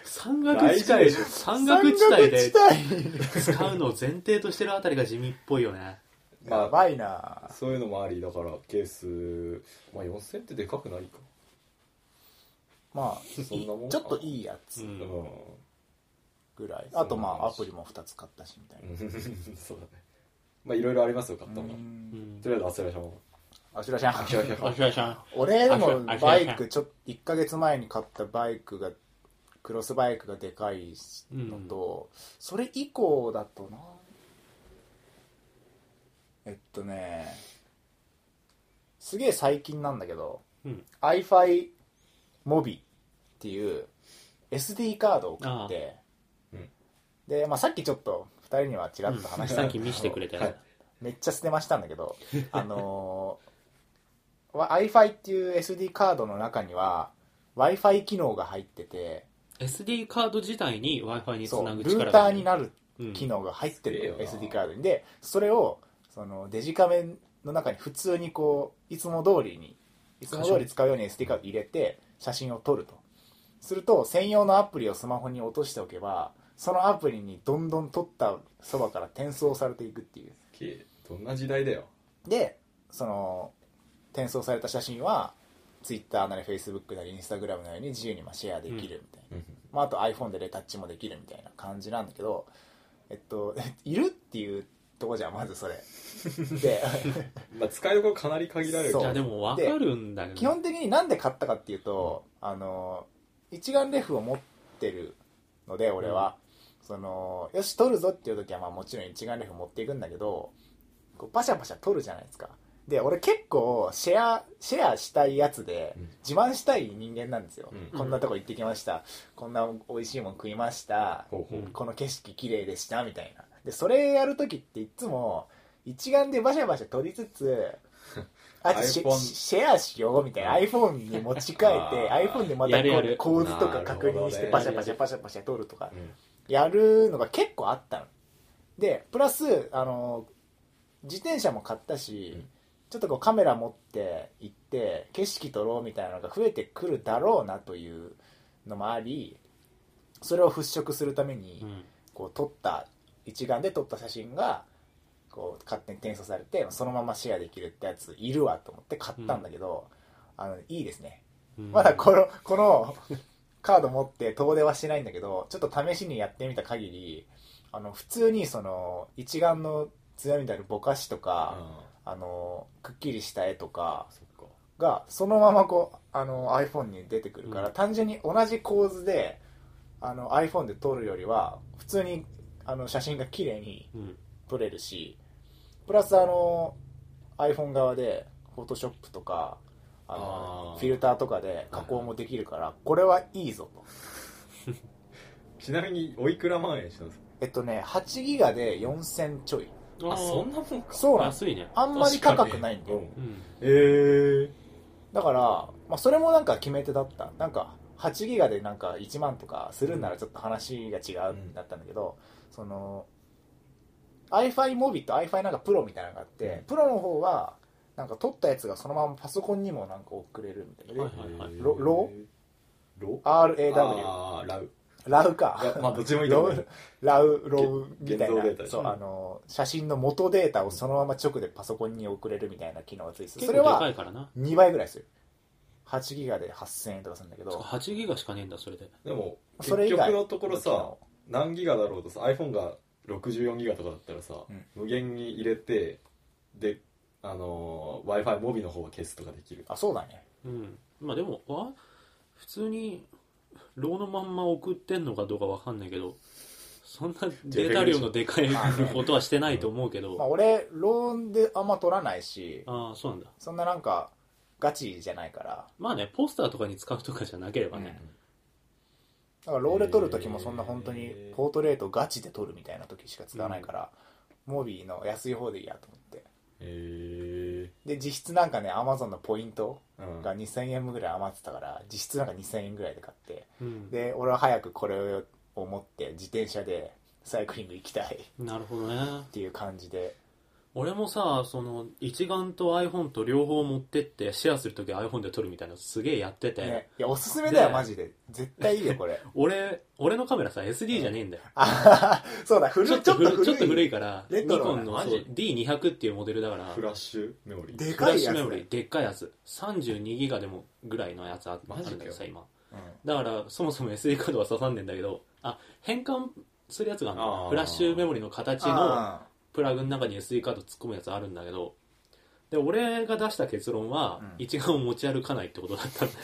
山岳地
大
帯
事でしょ
山岳地帯で
山岳地帯
使うのを前提としてるあたりが地味っぽいよね。
まあ
やばいな
そういうのもありだからケース、まあ、4000ってでかくないか
ま
そんなもん
あ
か
ちょっといいや
う
つ
うん
ん。
ぐらい
うん
あとまあアプリも2つ買ったしみたいな
そうだねまあいろいろありますよ買ったも
う
の
うんん
とりあえずアセラショ ン
あしらちゃん
アセラショ
お
ン
しゃれしゃん。
俺でも
あしら
バイクちょっと1ヶ月前に買ったバイクがクロスバイクがでかいのと、それ以降だとなえっとねすげえ最近なんだけど
うん。
iFi モビっていう SD カードを買って、
ああうん
で、まあ、さっきちょっと2人にはちらっと話した
さっき見せてくれたやつ。
めっちゃ捨てましたんだけどあのーわ iFi っていう SD カードの中には w i f i 機能が入ってて
SD カード自体に Wi-Fi につ
そう
なぐ
ルー
力
タ
が
ー
ある
になる
うん
機能が入ってるの、
うんすげ
SD
えよな
カードにでそれをそのデジカメの中に普通にこういつも通りにいつも通り使うように SD カード入れて写真を撮るとすると専用のアプリをスマホに落としておけばそのアプリにどんどん撮ったそばから転送されていくっていう
けどんな時代だよ
でその転送された写真はツイッターなりフェイスブックなりインスタグラムなりに自由にまあシェアできるみたいな、まあ、あと iPhone でレタッチもできるみたいな感じなんだけどえっと いるっていうとこじゃんまずそれで
まあ使いどころかなり限られる
そう
いや、でも分かるんだけど。
基本的になんで買ったかっていうと、あの一眼レフを持ってるので俺は、そのよし撮るぞっていう時はまあもちろん一眼レフ持っていくんだけどこうパシャパシャ撮るじゃないですかで俺結構シェアシェアしたいやつで、
うん
自慢したい人間なんですよ、
うん
こんなとこ行ってきましたこんな美味しいもん食いました
ほうほう
うん
この景色綺麗でしたみたいなでそれやる時っていつも一眼でバシャバシャ撮りつ つあとシェ
iPhone
シェアしようみたいな iPhone に持ち帰って
あー
iPhone でまた
やるや
こう
る
構図とか確認してパシャパ
なるほど
シャ
ね
パシャパシャ撮るとか
うん
やるのが結構あったのでプラスあの自転車も買ったし、
うん
ちょっとこうカメラ持って行って景色撮ろうみたいなのが増えてくるだろうなというのもありそれを払拭するために、
うん
こう撮った一眼で撮った写真がこう勝手に転送されてそのままシェアできるってやついるわと思って買ったんだけど、あのいいですね
うん
まだこのこのカード持って遠出はしないんだけどちょっと試しにやってみた限りあの普通にその一眼の強みであるぼかしとか、
あ
あのくっきりした絵とか
あそっか
がそのままこうあの iPhone に出てくるから、
うん
単純に同じ構図であの iPhone で撮るよりは普通にあの写真が綺麗に
うん
撮れるしプラスあの iPhone 側で Photoshop とかあの
あー
フィルターとかで加工もできるからこれはいいぞと
ちなみにおいくら万円したんですか
えっとね8ギガで4000ちょい
あそ
なもんか
そうなんです
安いね。
あんまり高くないんだよ、
うん。
ええ
だから、まあ、それもなんか決め手だったなんか8ギガでなんか1万とかするんならちょっと話が違う
うん
だったんだけど、その iFi モビと iFi なんかプロみたいなのがあって、
うん
プロの方はなんか撮ったやつがそのままパソコンにもなんか送れるみたいな、
はいはいはい
ロロ
ロ
で RAW
あーラウ
ラウ
いや
か
まあどっちもいいと
ロ
思
ウラウロウ
げ
みたいな
現像データです
そ
ね
うあの写真の元データをそのまま直でパソコンに送れるみたいな機能がついてて
結構
そ
で
れ
か
はい
からな。
2倍ぐらいする8ギガで8000円とかするんだけど
8ギガしかねえんだ、それで。
でも
そ
結
れ以
局
外
のところさ何ギガだろうとさ iPhone が64ギガとかだったらさ、
うん
無限に入れてであの w i f i モビの方は消すとかできる
あそうだね
うん。まあでも、わ普通に、ローのまんま送ってんのかどうかわかんないけど、そんなデータ量のでかいことはしてないと思うけ
まあ
ど、
俺ローンであんま取らないし
ああ、そうなんだ。
そんななんかガチじゃないから
まあね、ポスターとかに使うとかじゃなければね、
うんだからロール撮る時もそんな本当にポートレートガチで撮るみたいな時しか使わないから、モビーの安い方でいいやと思って
え
で実質なんかねアマゾンのポイント
うん
が2000円ぐらい余ってたから実質なんか2000円ぐらいで買って
うん、
で俺は早くこれを持って自転車でサイクリング行きたいっ
なるほどね
ていう感じで
俺もさその一眼と iPhone と両方持ってってシェアするとき iPhone で撮るみたいなのすげえやってて、
ね、いやおすすめだよ
で
マジで絶対いいよこれ
俺俺のカメラさ SD じゃねえんだよ、
あははそうだ古い
ちょっと古いちょっと古
い
いから
レ
ニ
トロ
コ
な
ンのそ
マ
う
ジ
D200 っていうモデルだから
フラッシュメモリー
で
フ
か
ラッ
い
シ
や
ュ
つ
メモリーでっかいやつ32ギガでもぐらいのやつああ
マジかよ
るんだけどさ今
うん
だからそもそも SD カードは刺さんねんだけどあ変換するやつがあるのか
あ
な
ー
フラッシュメモリの形の
あ
プラグの中に SD カード突っ込むやつあるんだけどで俺が出した結論は、
うん
一眼を持ち歩かないってことだったんだよ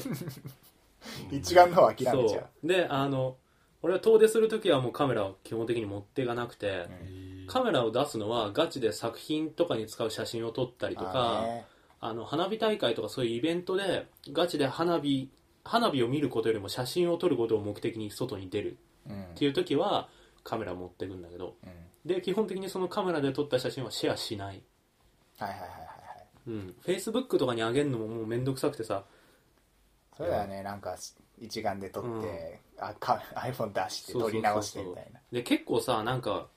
ー一眼のは諦めちゃう
そうであの俺は遠出する時はもうカメラを基本的に持っていかなくて、
うん
カメラを出すのはガチで作品とかに使う写真を撮ったりと
あ
か
ーね
あの花火大会とかそういうイベントでガチで花火花火を見ることよりも写真を撮ることを目的に外に出る
うん
っていう時はカメラ持ってくんだけど
うん
で基本的にそのカメラで撮った写真はシェアしない
はいはいはいはいはい
うんフェイスブックとかにあげるのももうめんどくさくてさ
そうだよねなんか一眼で撮って、あか iPhone 出して
そうそ
撮
うそうそう
り直してみたいな
で結構さなんか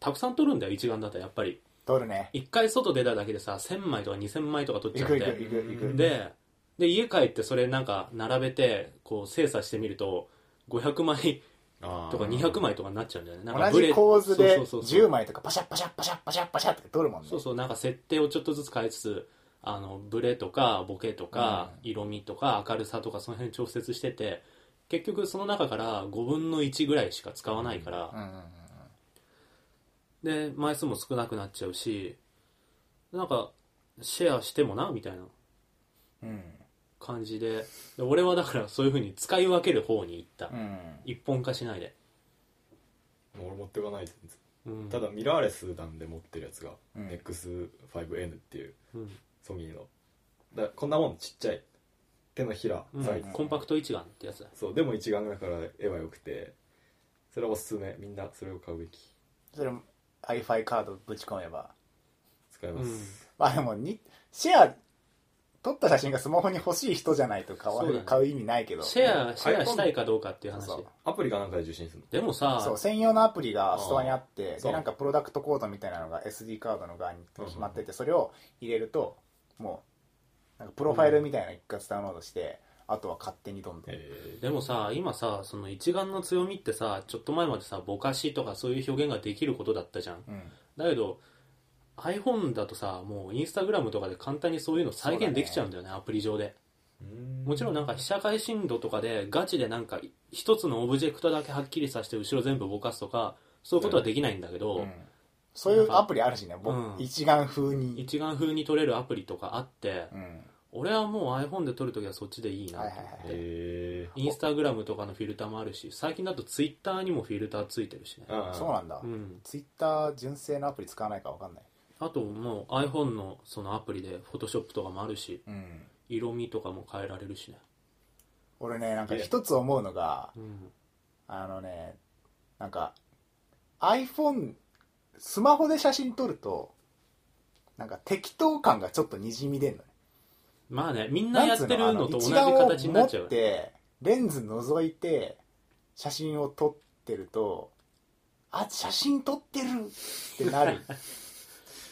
たくさん撮るんだよ一眼だったらやっぱり
撮るね
一回外出ただけでさ1000枚とか2000枚とか撮っち
行
ゃっ
く行く
て
行く行く
でで家帰ってそれなんか並べてこう精査してみると500枚
あー
とか200枚とかになっちゃうんだよねなんか
同じ構図で
そうそうそうそう
10枚とかパシャッパシャッパシャッパシャッパシャッって撮るもんね
そうそうなんか設定をちょっとずつ変えつつあのブレとかボケとか色味とか明るさとかその辺調節してて結局その中から5分の1ぐらいしか使わないから、
うんうんうん
で枚数も少なくなっちゃうしなんかシェアしてもなみたいな
うん
感じでで俺はだからそういう風に使い分ける方に行った、
うん
一本化しないで、
もう俺持ってかないです
うん、
ただミラーレスなんで持ってるやつが、
うん
X5N っていう
うん、
ソニーのだからこんなもんちっちゃい手のひら
うん
サイズ、
コンパクト一眼ってやつだ
そうでも一眼だから絵は良くてそれはおすすめみんなそれを買うべき
それ iFi カードぶち込めば
使います、
まあでもにシェア撮った写真がスマホに欲しい人じゃないと買わ
そうだね
買う意味ないけど
シェアシェアしたいかどうかっていう話
そう
アプリかなんかで受信するの
でもさ
そう専用のアプリがストアにあって
そ
で
う
なんかプロダクトコードみたいなのが SD カードの側に決まっててそれを入れるともうなんかプロファイルみたいなの一括ダウンロードして、あとは勝手にどんどん、
え
でもさ今さその一眼の強みってさちょっと前までさぼかしとかそういう表現ができることだったじゃん
うん
だけど iPhone だとさもうインスタグラムとかで簡単にそういうの再現できちゃうんだよねアプリ上で
ー
もちろんなんか被写界深度とかでガチでなんか一つのオブジェクトだけはっきりさせて後ろ全部ぼかすとかそういうことはできないんだけど、
うんそういうアプリあるしね、僕
うん
一眼風に、
一眼風に撮れるアプリとかあって、
うん、
俺はもう iPhone で撮るときはそっちでいいな
はい
と
はい
思
は
っ
い
て、
え
インスタグラムとかのフィルターもあるし最近だとツイッターにもフィルターついてるしね、
ー、
そうなんだ、
うん、
ツイッター純正のアプリ使わないから分かんない、
あともう iPhone のそのアプリで Photoshop とかもあるし
うん、
色味とかも変えられるしね、
俺ねなんか一つ思うのが
うん、
あのねなんか iPhone スマホで写真撮るとなんか適当感がちょっとにじみ出んのね
まあねみんな
な
や
んつ
っ
う
てるのと同じ
あの
形になっち
一眼
ゃ
を持
う
っ、てレンズ覗いて写真を撮ってるとあ写真撮ってるってな る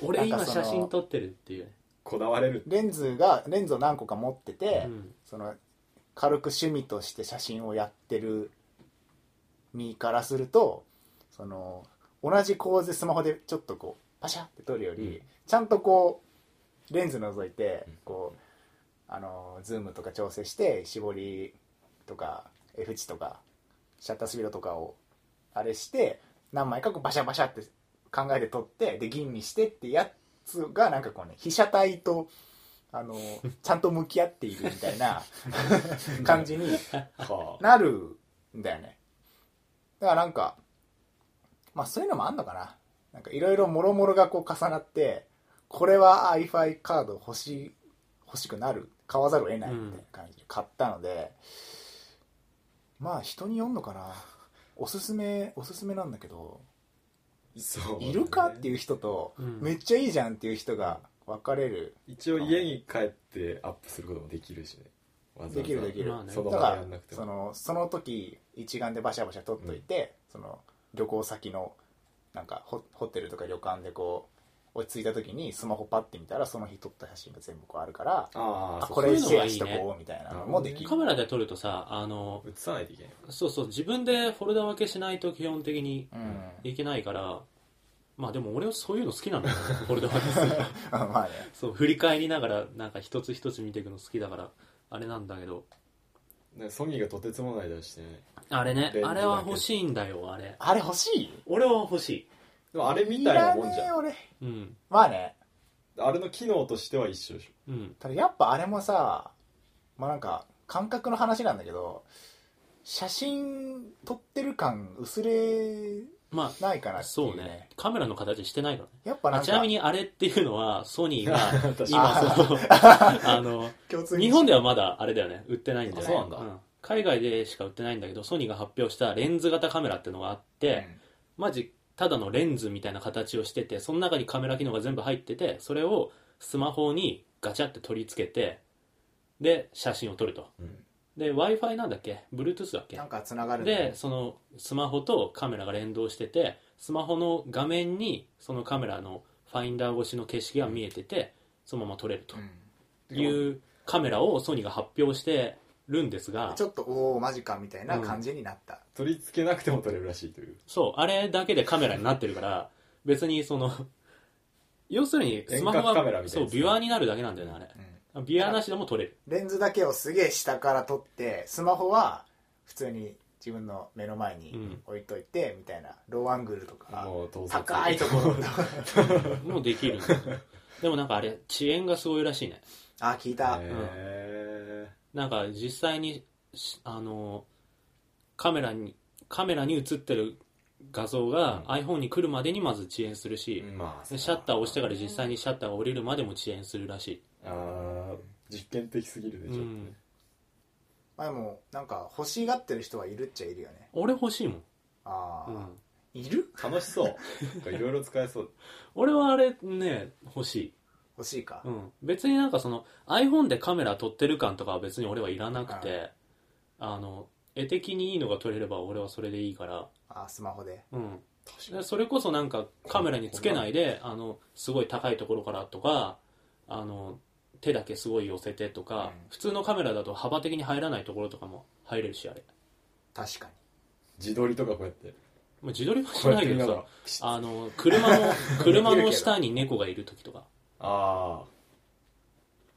俺
な
今
んかその
写真撮ってるっていうね、
こだわれる
レンズがレンズを何個か持ってて、
うん
その軽く趣味として写真をやってる身からするとその同じ構図でスマホでちょっとこうパシャって撮るより、
うん
ちゃんとこうレンズ覗いて
うん
こうあのズームとか調整して絞りとか F 値とかシャッタースピードとかをあれして何枚かこうバシャバシャって考えて撮ってで吟味してってやつがなんかこうね被写体とあのちゃんと向き合っているみたいな感じに
は
なるんだよねだからなんかまあそういうのもあんのかななんかいろいろもろもろがこう重なってこれは iFi カード欲しい欲しくなる買わざるを得ないみたいな感じで買ったので、まあ人によんのかなおすすめおすすめなんだけど
そう
いるかっていう人と、
うん
めっちゃいいじゃんっていう人が分かれる
一応家に帰ってアップすることもできるしねわざわざ
できるできる
まあね
その
だ
場
か
でや
ら
んなくて
そ
も
のその時一眼でバシャバシャ撮っといて、その旅行先のなんかホホテルとか旅館でこう落ち着いた時にスマホパッて見たらその日撮った写真が全部こうあるから
あ
あ
あ
こ
そう
れ
いうの
シェ
が
ア
いいね
しとこうみたいなのもできる
カメラで撮るとさあの
映さないといけない
そうそう自分でフォルダ分けしないと基本的に
うん
いけないからまあでも俺はそういうの好きな んだよねフォルダ分けするの
まあね
そう振り返りながらなんか一つ一つ見ていくの好きだからあれなんだけど
ねソニーがとてつもない出してね
あれね
レンズだけ
あれは欲しいんだよあれ
あれ欲しい
俺は欲し
でもあれみ
い
たいな
らね
もんじ
え
ゃん
俺
いうん
まあね
あれの機能としては一緒でしょ
うん
ただやっぱあれもさまあなんか感覚の話なんだけど写真撮ってる感薄れ
ま
ないかな
あ
ってい
そうう
ね
ねカメラの形してないからね
やっぱなん
あ
か
ちなみにあれっていうのはソニーが
確
か
今そうあの
共通
日本ではまだあれだよね売ってないんだよね
あそうなんだ
海外でしか売ってないんだけどソニーが発表したレンズ型カメラっていうのがあって、マジただのレンズみたいな形をしててその中にカメラ機能が全部入っててそれをスマホにガチャって取り付けてで写真を撮ると、
うん
で w i f i なんだっけ Bluetooth だっけ
なんかつながるんだよね
でそのスマホとカメラが連動しててスマホの画面にそのカメラのファインダー越しの景色が見えててそのまま撮れるというカメラをソニーが発表してるんですが
ちょっとおおマジかみたいな感じになった、
取り付けなくても撮れるらしいという
そうあれだけでカメラになってるから別にその 要するにスマホ
遠隔カメラ
は
みたい
そ
な
う
やつ
ビュアーになるだけなんだよねあれ
うん
ビュアーなしでも撮 れる
レンズだけをすげえ下から撮ってスマホは普通に自分の目の前
う
に
ん
置いといて、みたいなローアングルとか
もう盗撮
高いところと か
もうできるんだよねでもなんかあれ遅延がすごいらしいね
あ聞いた、
へ
なんか実際にしあのカメラにカメラに映ってる画像が iPhone に来るまでにまず遅延するし
え、まあ
でシャッターを押しててから実際にシャッターが降りるまでも遅延するらし
あー実験的すぎる
い、
でしょ、
うん
まあでもなんか欲しがってる人はいるっちゃいるよね
俺欲しいもん、
ああ、
うん
いる
楽しそういろいろ使えそう
俺はあれね欲しい、
欲しいか、
うん、別になんかその iPhone でカメラ撮ってる感とかは別に俺はいらなくてあの絵的にいいのが撮れれば俺はそれでいいから
ああスマホで
うん
確
でそれこそなんかカメラにつけないであのすごい高いところからとかあの手だけすごい寄せてとか、
うん
普通のカメラだと幅的に入らないところとかも入れるしあれ、
確かに
自撮りとかこうやって
まあ、自撮りはし
こうや
な
っ
い
て
け
見な
ど
が
さ
らピシッ
あの車 の車の下に猫がいる時とか
あ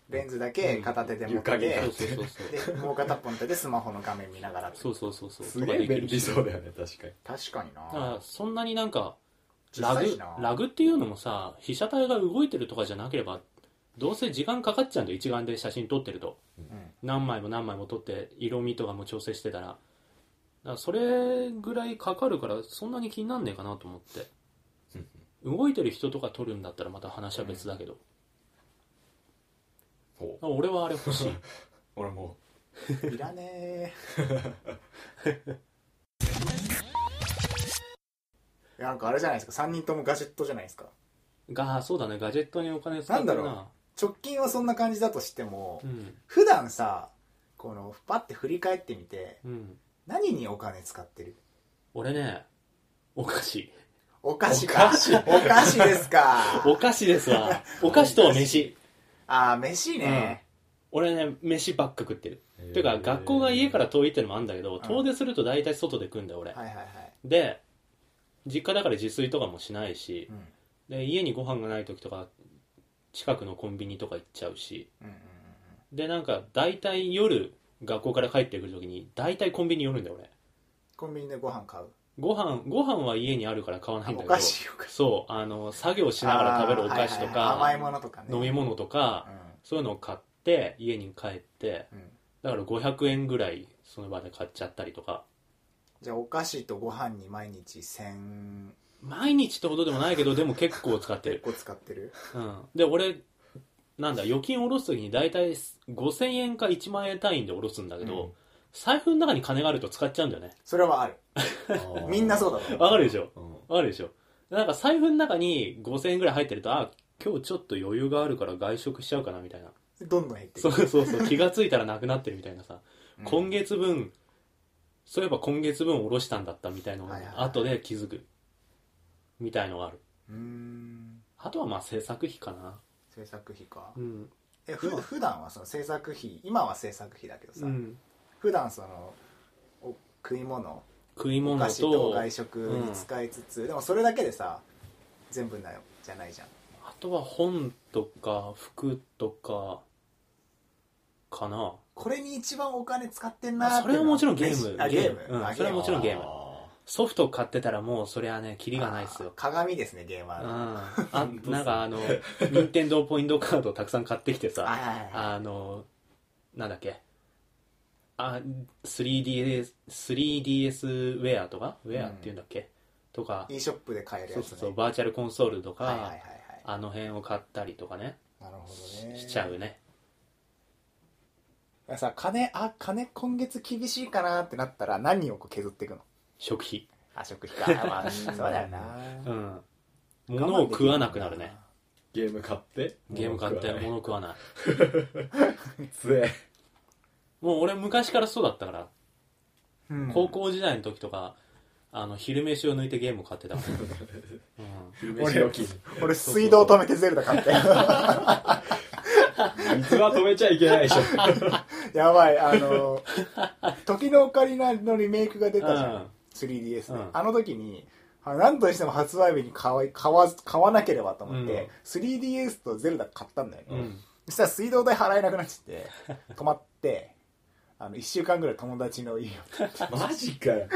レンズだけ片手で持って
うん
で
床
そうそうそうそう
もう片っぽの手で スマホの画面見ながら
そうそうそうそ
あ
う
すげえ
とか
便利
し
そうだよね確かに
確かにな
だからそんなになんかラ
小さいし
グ
な
ラグっていうのもさ被写体が動いてるとかじゃなければどうせ時間かかっちゃうんだよ一眼で写真撮ってると
うん
何枚も何枚も撮って色味とかも調整してたらだからそれぐらいかかるからそんなに気になんねえかなと思って動いてる人とか撮るんだったらまた話は別だけど、
そう
だから俺はあれ欲しい
俺も
いらねえいや なんかあれじゃないですか3人ともガジェットじゃないですか
がそうだねガジェットにお金使ってるな
なんだ直近はそんな感じだとしても
うん
普段さこのパッて振り返ってみて
うん
何にお金使ってる
俺ねお菓子
お菓子かお菓子ですか
お菓子ですわお菓子と飯
ああ飯ね、
俺ね飯ばっか食ってる
て
ていうか学校が家から遠いってのもあるんだけど
ん
遠出すると大体外で食うんだよ俺、
はいはいはい、
で実家だから自炊とかもしないし
うん、
で家にご飯がない時とか近くのコンビニとか行っちゃうし
うんうん
でなんか大体夜学校から帰ってくる時に大体コンビニ寄るんだよ俺
コンビニでご飯買う
ご飯ご飯は家にあるから買わないんだ
お
けど
菓子お菓子
そうあの作業しながら食べるお菓子と
あーはい
か、
はいはい甘いものとかね
飲み物とか、そういうのを買って家に帰って
うんうん、
だから500円ぐらいその場で買っちゃったりとか
じゃあお菓子とご飯に毎日1000
毎日ってほどでもないけどでも結構使って
結
る、
構使ってる
うん、で俺なんだ預金下ろす時に大体5000円か1万円単位で下ろすんだけど、財布の中に金があると使っちゃうんだよね。
それはある。みんなそううだと思う
わかるでしょ
う
わかるでしょなんか財布の中に5000円ぐらい入ってると、あ、今日ちょっと余裕があるから外食しちゃうかなみたいな。
どんどん減ってい
そう
く。
そうそう、気がついたらなくなってるみたいなさ。
うん
今月分、そういえば今月分下ろしたんだったみたいなの
はいはい
が後で気づく。みたいのがある。
うーん。
あとはまあ制作費かな。
制作費か
う。ん。
え、ふ、普段はその制作費、今は制作費だけどさ
う、ん、
普段その、お食い物、
食い
お
物
菓子と
と、
外食に使いつつ、でもそれだけでさ、全部なよ、じゃないじゃん。
あとは本とか服とか、かな。
これに一番お金使ってんなーって
それはもちろんゲ
いうの
ーム。
あゲーム。
うん
あ
それはもちろんゲーム。
あ
ソフトを買ってたらもうそれはね、キリがないっすよ
あ。鏡ですね、ゲーマ
う
ー
ん。
の。
あ、 なんかあの、任天堂ポイントカードをたくさん買ってきて
は
さ、
いはいはい。
あの、なんだっけ。あ、3DS、3DS ウェアとかウェアっていうんだっけ、とか、
e ショップで買える
そ
や
う
つ
そ
ね
う。そう、バーチャルコンソールとか、
はいはいはいはい。
あの辺を買ったりとかね、
なるほどね。
しちゃうね。
さ、金、あ、金今月厳しいかなってなったら何をこう削っていくの
食費。
あ、食費 か。まあ、そうだよな。
うん。物を食わなくなるね。
ゲーム買って
ゲーム買って物を食わない。
つえ
もう俺昔からそうだったから、
うん。
高校時代の時とか、あの、昼飯を抜いてゲーム買ってたもん。うん
昼飯を切る
俺、水道止めてゼルダ買って。
水は止めちゃいけないでしょ
やばい、あの、時のオカリナのリメイクが出たじゃん。
うん
3DS で、
うん
あの時に、あなんとしても発売日に買わ買わず買わなければと思って、
うん
3DS とゼルダ買ったんだよね。
うん。
そしたら水道代払えなくなっちゃって、止まって、あの、1週間ぐらい友達の家を
マジかよ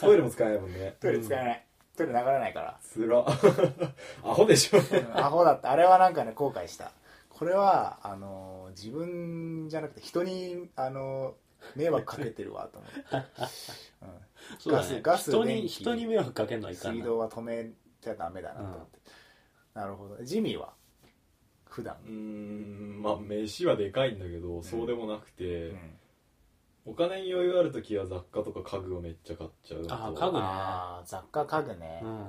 トイレも使えないもんね
トイレ使えない。トイレ流れないから。
つらアホでし
う
ょ
んアホだった。あれはなんかね、後悔した。これは、あのー、自分じゃなくて人に、あのー、迷惑かけてるわと思って。
そうだね。
ガス
人
電
に、
気
人に迷惑かけるのはいかん
水
な。
道は止めちゃダメだなと思って。なるほど。ジミーは普段。
うーんまあ飯はでかいんだけどそうでもなく
う
て
ん
お金に余裕ある時は雑貨とか家具をめっちゃ買っちゃうのと
あ家具
ああ、雑貨家具ね
う。。
うんん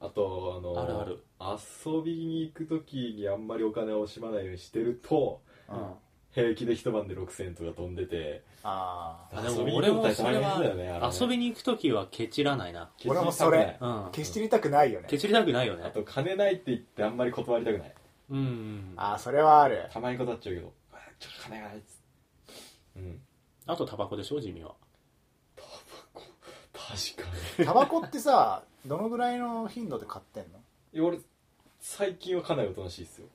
あとあの
あるある
遊びに行く時にあんまりお金を惜しまないようにしてると
うん。
平気で一晩で6000とか飛んでて
ああ。
あでも
遊びに
俺
行く
も
こと
それ
大変だよねあ
は
れね
遊びに行く時はケチらないな。
俺もそれ
うん。
消し散りたくないよね
ケ。チりたくないよ
あ
ね。
と金ないって言ってあんまり断りたくない
うんうん。
ああ、それはある。
たまに断っちゃうけどあちょっと金がないっつうん
あとタバコでしょ、地味は。
タバコ確か
タバコってさ、どのぐらいの頻度で買ってんの
にいや俺最近はかなりおとなしいっすよ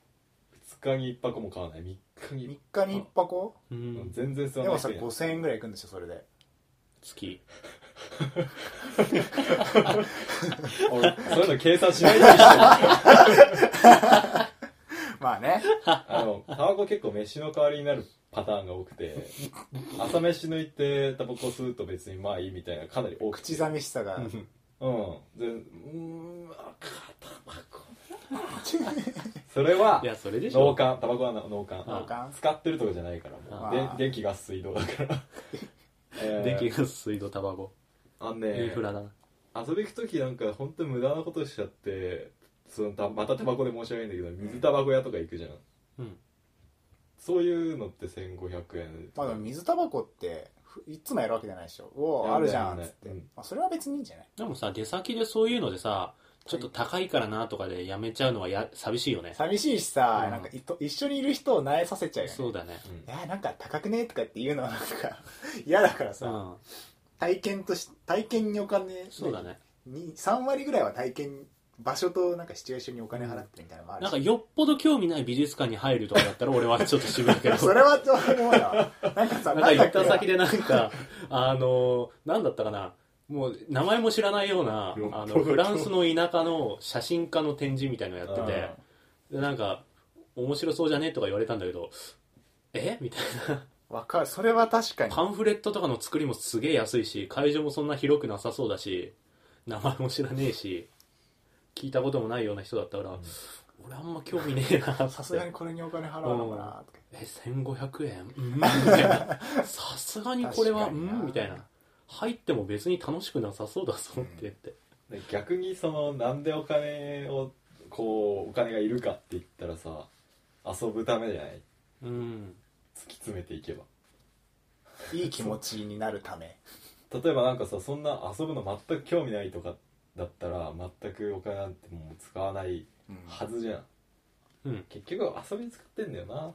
2日に1箱も買わない3日に
?3 日に1箱
う
うんん。全然吸
で
わない
も
人
さ、
いない
5000円ぐらいいくんでしょ、それで。
月。
俺 そういうの計算しないようにしてる
まあね。
あのタバコ結構飯の代わりになるパターンが多くて朝飯抜いてタバコ吸うと別にまあいいみたいなかなり多くて
口寂しさが。
うんでうーんあかタバコそれはい
や、それでし
脳
ょ。
幹タバコは脳幹
脳
幹
使ってるとかじゃないか
あ
らもうで電気ガス水道だからえー
電気、ガス、水道、タバコ。
あん
イン
ね
フラだな。
遊び行く時なんか本当に無駄なことしちゃってそのたまたタバコで申し訳ないんだけど水タバコ屋とか行くじゃん
うん。
そういうのって1500円
まあでも水タバコって、ふいつもやるわけじゃないでしょ。おお、あるじゃん、
やんない
つって
やんないうん。
まあそれは別にいいんじゃない
でもさ、出先でそういうのでさ、ちょっと高いからなとかでやめちゃうのはや寂しいよね。
寂しいしさ
う、ん
なんかいと一緒にいる人を萎えさせちゃうよね。
そうだね。
うん
いや、なんか高くねとかって言うのはなんか 嫌だから
う
さ、
ん。
体験とし、体験にお金、
そうだね。
に。3割ぐらいは体験、場所となんかシチュエーションにお金払ってるみたいなのもある
なん
し。
かよっぽど興味ない美術館に入るとかだったら俺はちょっと渋いけど
それはちょっと思うな。なんかさ、
なんか行った
な
先でなんか、あの、なんだったかな、もう名前も知らないような、あの、フランスの田舎の写真家の展示みたいのやってて、でなんか、面白そうじゃねとか言われたんだけど、えみたいな。
わかる。それは確かに。
パンフレットとかの作りもすげえ安いし、会場もそんな広くなさそうだし、名前も知らねえし、聞いたこともないような人だったから、俺あんま興味ねえなって
さすがにこれにお金払うのかなとか
え1500円うんみたいなさすがにこれはう
確かになん
みたいな入っても別に楽しくなさそうだぞって言って、
で逆にそのなんでお金をこうお金がいるかって言ったらさ遊ぶためじゃない
うん、
突き詰めていけば
いい気持ちになるため
例えばなんかさそんな遊ぶの全く興味ないとかだったら全くお金なんてもう使わない
うん
はずじゃん、
うん
結局遊びに使ってんだよな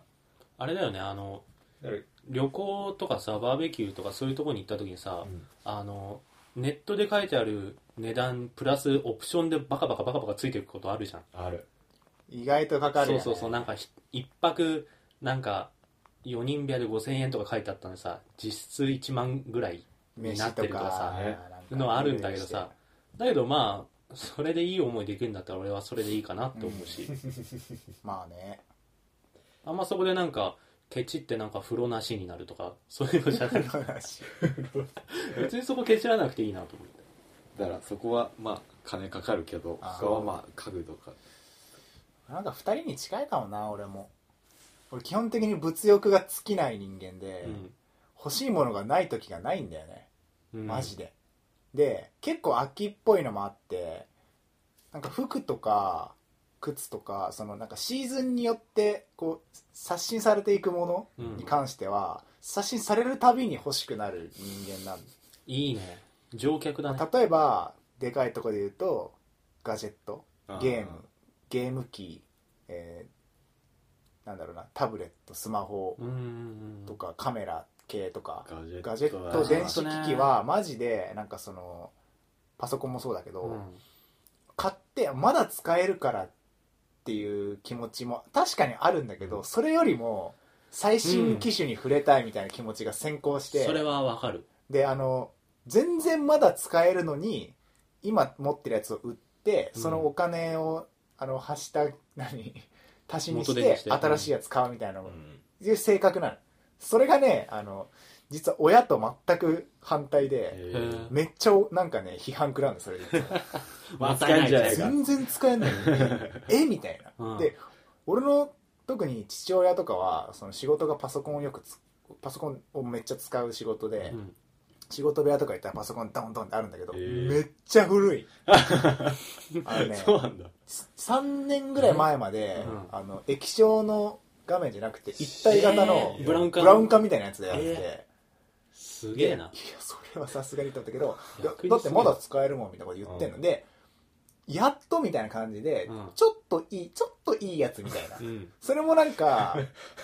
あれだよねあの
だから
旅行とかさバーベキューとかそういうとこに行った時にさ、
うん
あのネットで書いてある値段プラスオプションでバカバカバカバカついていくことあるじゃん
ある
意外とかかる
そ
よ
う
ね
そうそうなんかひ一泊なんか4人部屋で5000円とか書いてあったのにさ実質1万ぐらい
飯
なって
と
るとかさ
か
ね
なんか
のはあるんだけどさだけどまあそれでいい思いできるんだったら俺はそれでいいかなって思うし、
まあね
あんまそこでなんかケチってなんか風呂なしになるとかそういうのじゃ なくて別にそこケチらなくていいなと思って
だからそこはまあ金かかるけど
あー
他はまあ家具とか
なんか2人に近いかもな俺も俺基本的に物欲が尽きない人間で、欲しいものがない時がないんだよね
うん、うん
マジで、で結構秋っぽいのもあってなんか服とか靴とかそのなんかシーズンによってこう刷新されていくもの
うん
に関しては、刷新されるたびに欲しくなる人間なんで
いいね乗客だね
例えばでかいとこで言うとガジェットゲームゲーム機、えーなんだろうなタブレットスマホ
うんうんう
と
ん
かカメラ系とか、
ガジェット
ガジェット電子機器はマジでなんかそのパソコンもそうだけど、
うん
買ってまだ使えるからっていう気持ちも確かにあるんだけど、それよりも最新機種に触れたいみたいな気持ちが先行して、
それはわかる
であの全然まだ使えるのに今持ってるやつを売ってそのお金を、あの足した何足しにし
元手に
て
して
新しいやつ買うみたいなの
う
が
ん
いう性格なのそれがねあの実は親と全く反対で
え
へ
ー
ー
めっちゃおなんかね批判食らうの それで
まあ使えんじゃないか
全然使えないのにえみたいな、
うん
で俺の特に父親とかはその仕事がパソコンをよくつパソコンをめっちゃ使う仕事で、
うん
仕事部屋とか行ったらパソコンドンドンってあるんだけど、
へー
めっちゃ古 いあ のね
そうなんだ
3年ぐらい前まで、
うん
あの液晶の画面じゃなくて一体型の
えーブラウ
ブ
ン管
ラウン管みたいなやつでやってて、
えすげえない
やそれはさすがにと思ったけどいや
逆に
だってまだ使えるもんみたいなこと言ってんの
うん
で、やっとみたいな感じで、
うん
ちょっといいちょっといいやつみたいな
うん
それもなんか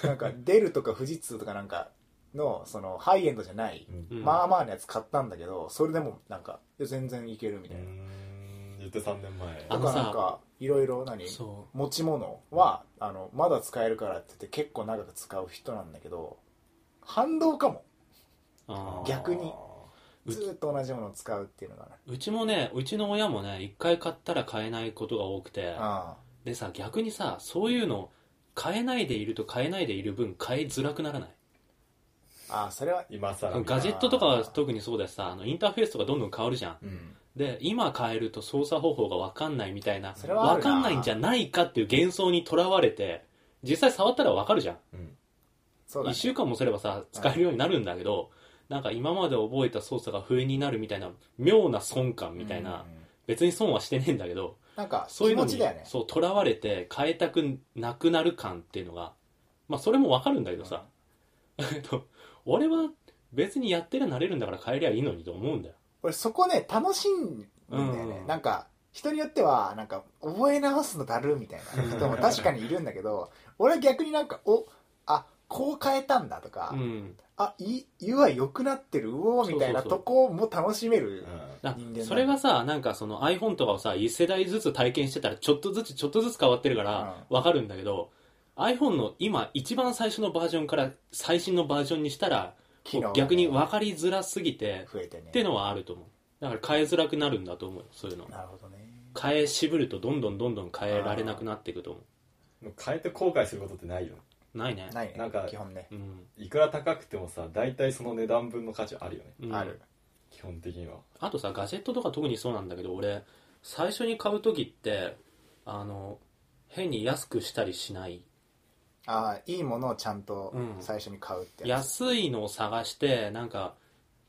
なんかデルとか富士通とかなんかのそのハイエンドじゃない、
うん
うん
まあまあのやつ買ったんだけどそれでもなんかいや全然いけるみたいな、
うん言って3年前
あ
と
の
か
さ
なんかいろいろ何
そ
持ち物はあのまだ使えるからって言って結構長く使う人なんだけど反動かも
うあー
逆に
あ
う
ずーっと同じものを使うっていうのがね
うちもねうちの親もね一回買ったら買えないことが多くて
あ
でさ逆にさそういうの買えないでいると買えないでいる分買いづらくならない
あそれは
ー今更
ガジェットとかは特にそうだしさあのインターフェースとかどんどん変わるじゃん
うん
で今変えると操作方法が分かんないみたいな
それはある
分
な
かんないんじゃないかっていう幻想にとらわれて実際触ったら分かるじゃん、
うん
そうだ、
1
ね、
週間もすればさ使えるようになるんだけど、なんか今まで覚えた操作が不意になるみたいな妙な損感みたいな、
うんうん
別に損はしてねえんだけど
なんか
そうい
気
うの
持
に
ちだよね
そうとらわれて変えたくなくなる感っていうのがまあそれも分かるんだけどさ、えっと 俺は別にやってりゃなれるんだから変えりゃいいのにと思うんだよ
俺そこね楽しんだよね、
うん
なんか人によってはなんか覚え直すのだるみたいな人も確かにいるんだけど 俺は逆になんかおあこう変えたんだとか、
うん
あい UI 良くなってるうおーみたいな
そうそうそう
とこも楽しめる
な
人間だ
それがさなんかその iPhone とかをさ1世代ずつ体験してたらちょっとずつちょっとずつ変わってるからわかるんだけど、iPhone の今一番最初のバージョンから最新のバージョンにしたら
機能がね
逆に分かりづらすぎて
増えてね
っていうのはあると思うだから変えづらくなるんだと思うそういうの
なるほどね
変え渋るとどんどんどんどん変えられなくなっていくと思
もう変えて後悔することってないよ
うないね
ないね
なんか
基本ね、
うん
いくら高くてもさ大体その値段分の価値あるよね
うん
ある
基本的には
あとさガジェットとか特にそうなんだけど俺最初に買う時ってあの変に安くしたりしない
ああいいものをちゃんと
うん
最初に買うってやつ、
安いのを探してなんか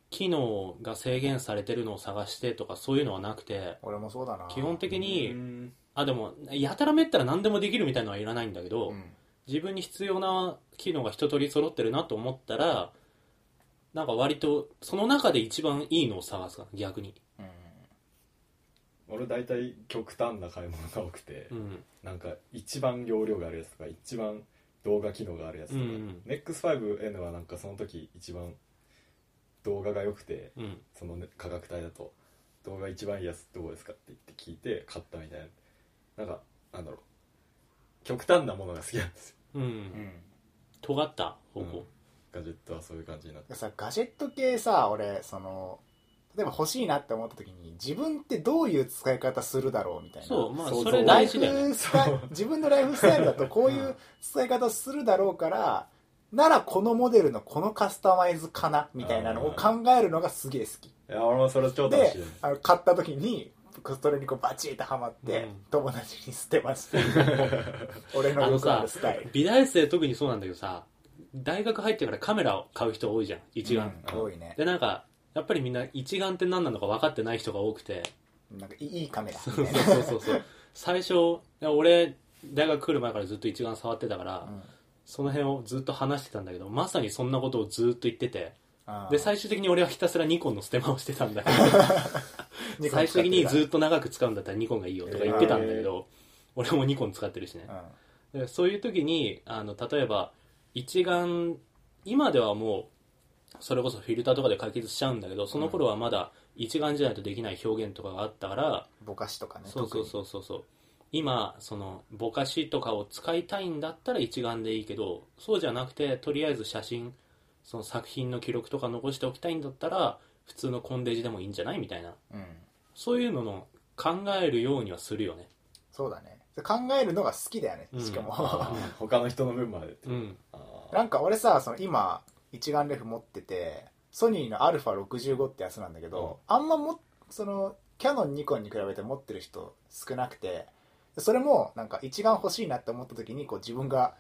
機能が制限されてるのを探してとかそういうのはなくて
俺もそうだな
基本的に、
うん
あでもやたらめったら何でもできるみたいのはいらないんだけど、
うん
自分に必要な機能が一通り揃ってるなと思ったらなんか割とその中で一番いいのを探すかな逆に
うん
俺大体極端な買い物が多くて、
うん
なんか一番容量があるやつとか一番動画機能があるやつとか、
うんうん
NEX5N はなんかその時一番動画が良くて
うん
その、ね、価格帯だと動画一番いいやつどうですかって言って聞いて買ったみたいななんかなんだろう極端なものが好きなんですよ
うん、
うん
尖った方向、
うんガジェットはそういう感じになって
さガジェット系さ俺その例えば欲しいなって思った時に自分ってどういう使い方するだろうみたいな
そうまあ
想像
それ
ラ
大
イ
事だよね
フスタイル自分のライフスタイルだとこういう使い方するだろうから、ならこのモデルのこのカスタマイズかなみたいなのを考えるのがすげえ好き
いや俺もそれ超楽しい
で
よね
あの買った時にそれにこうバチッとハマって、
うん
友達に捨てました 俺の
あの
よくあ
さ
るスタイル
美大生特にそうなんだけどさ大学入ってからカメラを買う人多いじゃん一眼、
うん多いね
でなんかやっぱりみんな一眼って何なのか分かってない人が多くて
なんかいいいいカメラ
そう
みたいな
そうそうそう最初俺大学来る前からずっと一眼触ってたから、
うん
その辺をずっと話してたんだけどまさにそんなことをずっと言ってて
あー
で最終的に俺はひたすらニコンの捨て間をしてたんだけど
ニコン
最
使
終
ってる
的に
から
ずっと長く使うんだったらニコンがいいよとか言ってたんだけど、俺もニコン使ってるしね、でそういう時にあの例えば一眼今ではもうそれこそフィルターとかで解決しちゃうんだけどその頃はまだ一眼じゃないとできない表現とかがあったから、
うんぼかしとかね
そうそう
う
そうそうそう今そのぼかしとかを使いたいんだったら一眼でいいけどそうじゃなくてとりあえず写真その作品の記録とか残しておきたいんだったら普通のコンデジでもいいんじゃないみたいな
うん
そういうのの考えるようにはするよね
そうだねで考えるのが好きだよねしかも、
あー 他の人の分まで
うん
あー
なんか俺さその今一眼レフ持っててソニーの α65 ってやつなんだけど、あんまもそのキャノンニコンに比べて持ってる人少なくてそれもなんか一眼欲しいなって思った時にこう自分が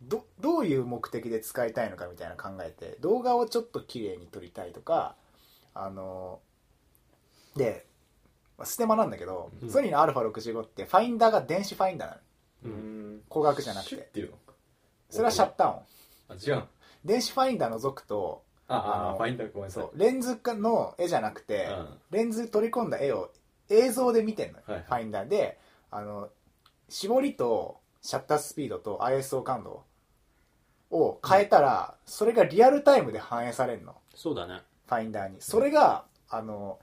どどういう目的で使いたいのかみたいなの考えて動画をちょっと綺麗に撮りたいとかあのでまあステマなんだけど、
うん
ソニーの α65 ってファインダーが電子ファインダーなの
うん
うん
光学じゃなく
シュッ
て
ていうのか
それはシャッター音
あ違うの
電子ファインダー覗くと
あ
あ
あ
の
ファインダーごめんなさい
そうレンズの絵じゃなくて、
うん
レンズに取り込んだ絵を映像で見てんのよ、
はいはい
ファインダーであの絞りとシャッタースピードと ISO 感度を変えたら、それがリアルタイムで反映されるの
そうだね
ファインダーにそれがあの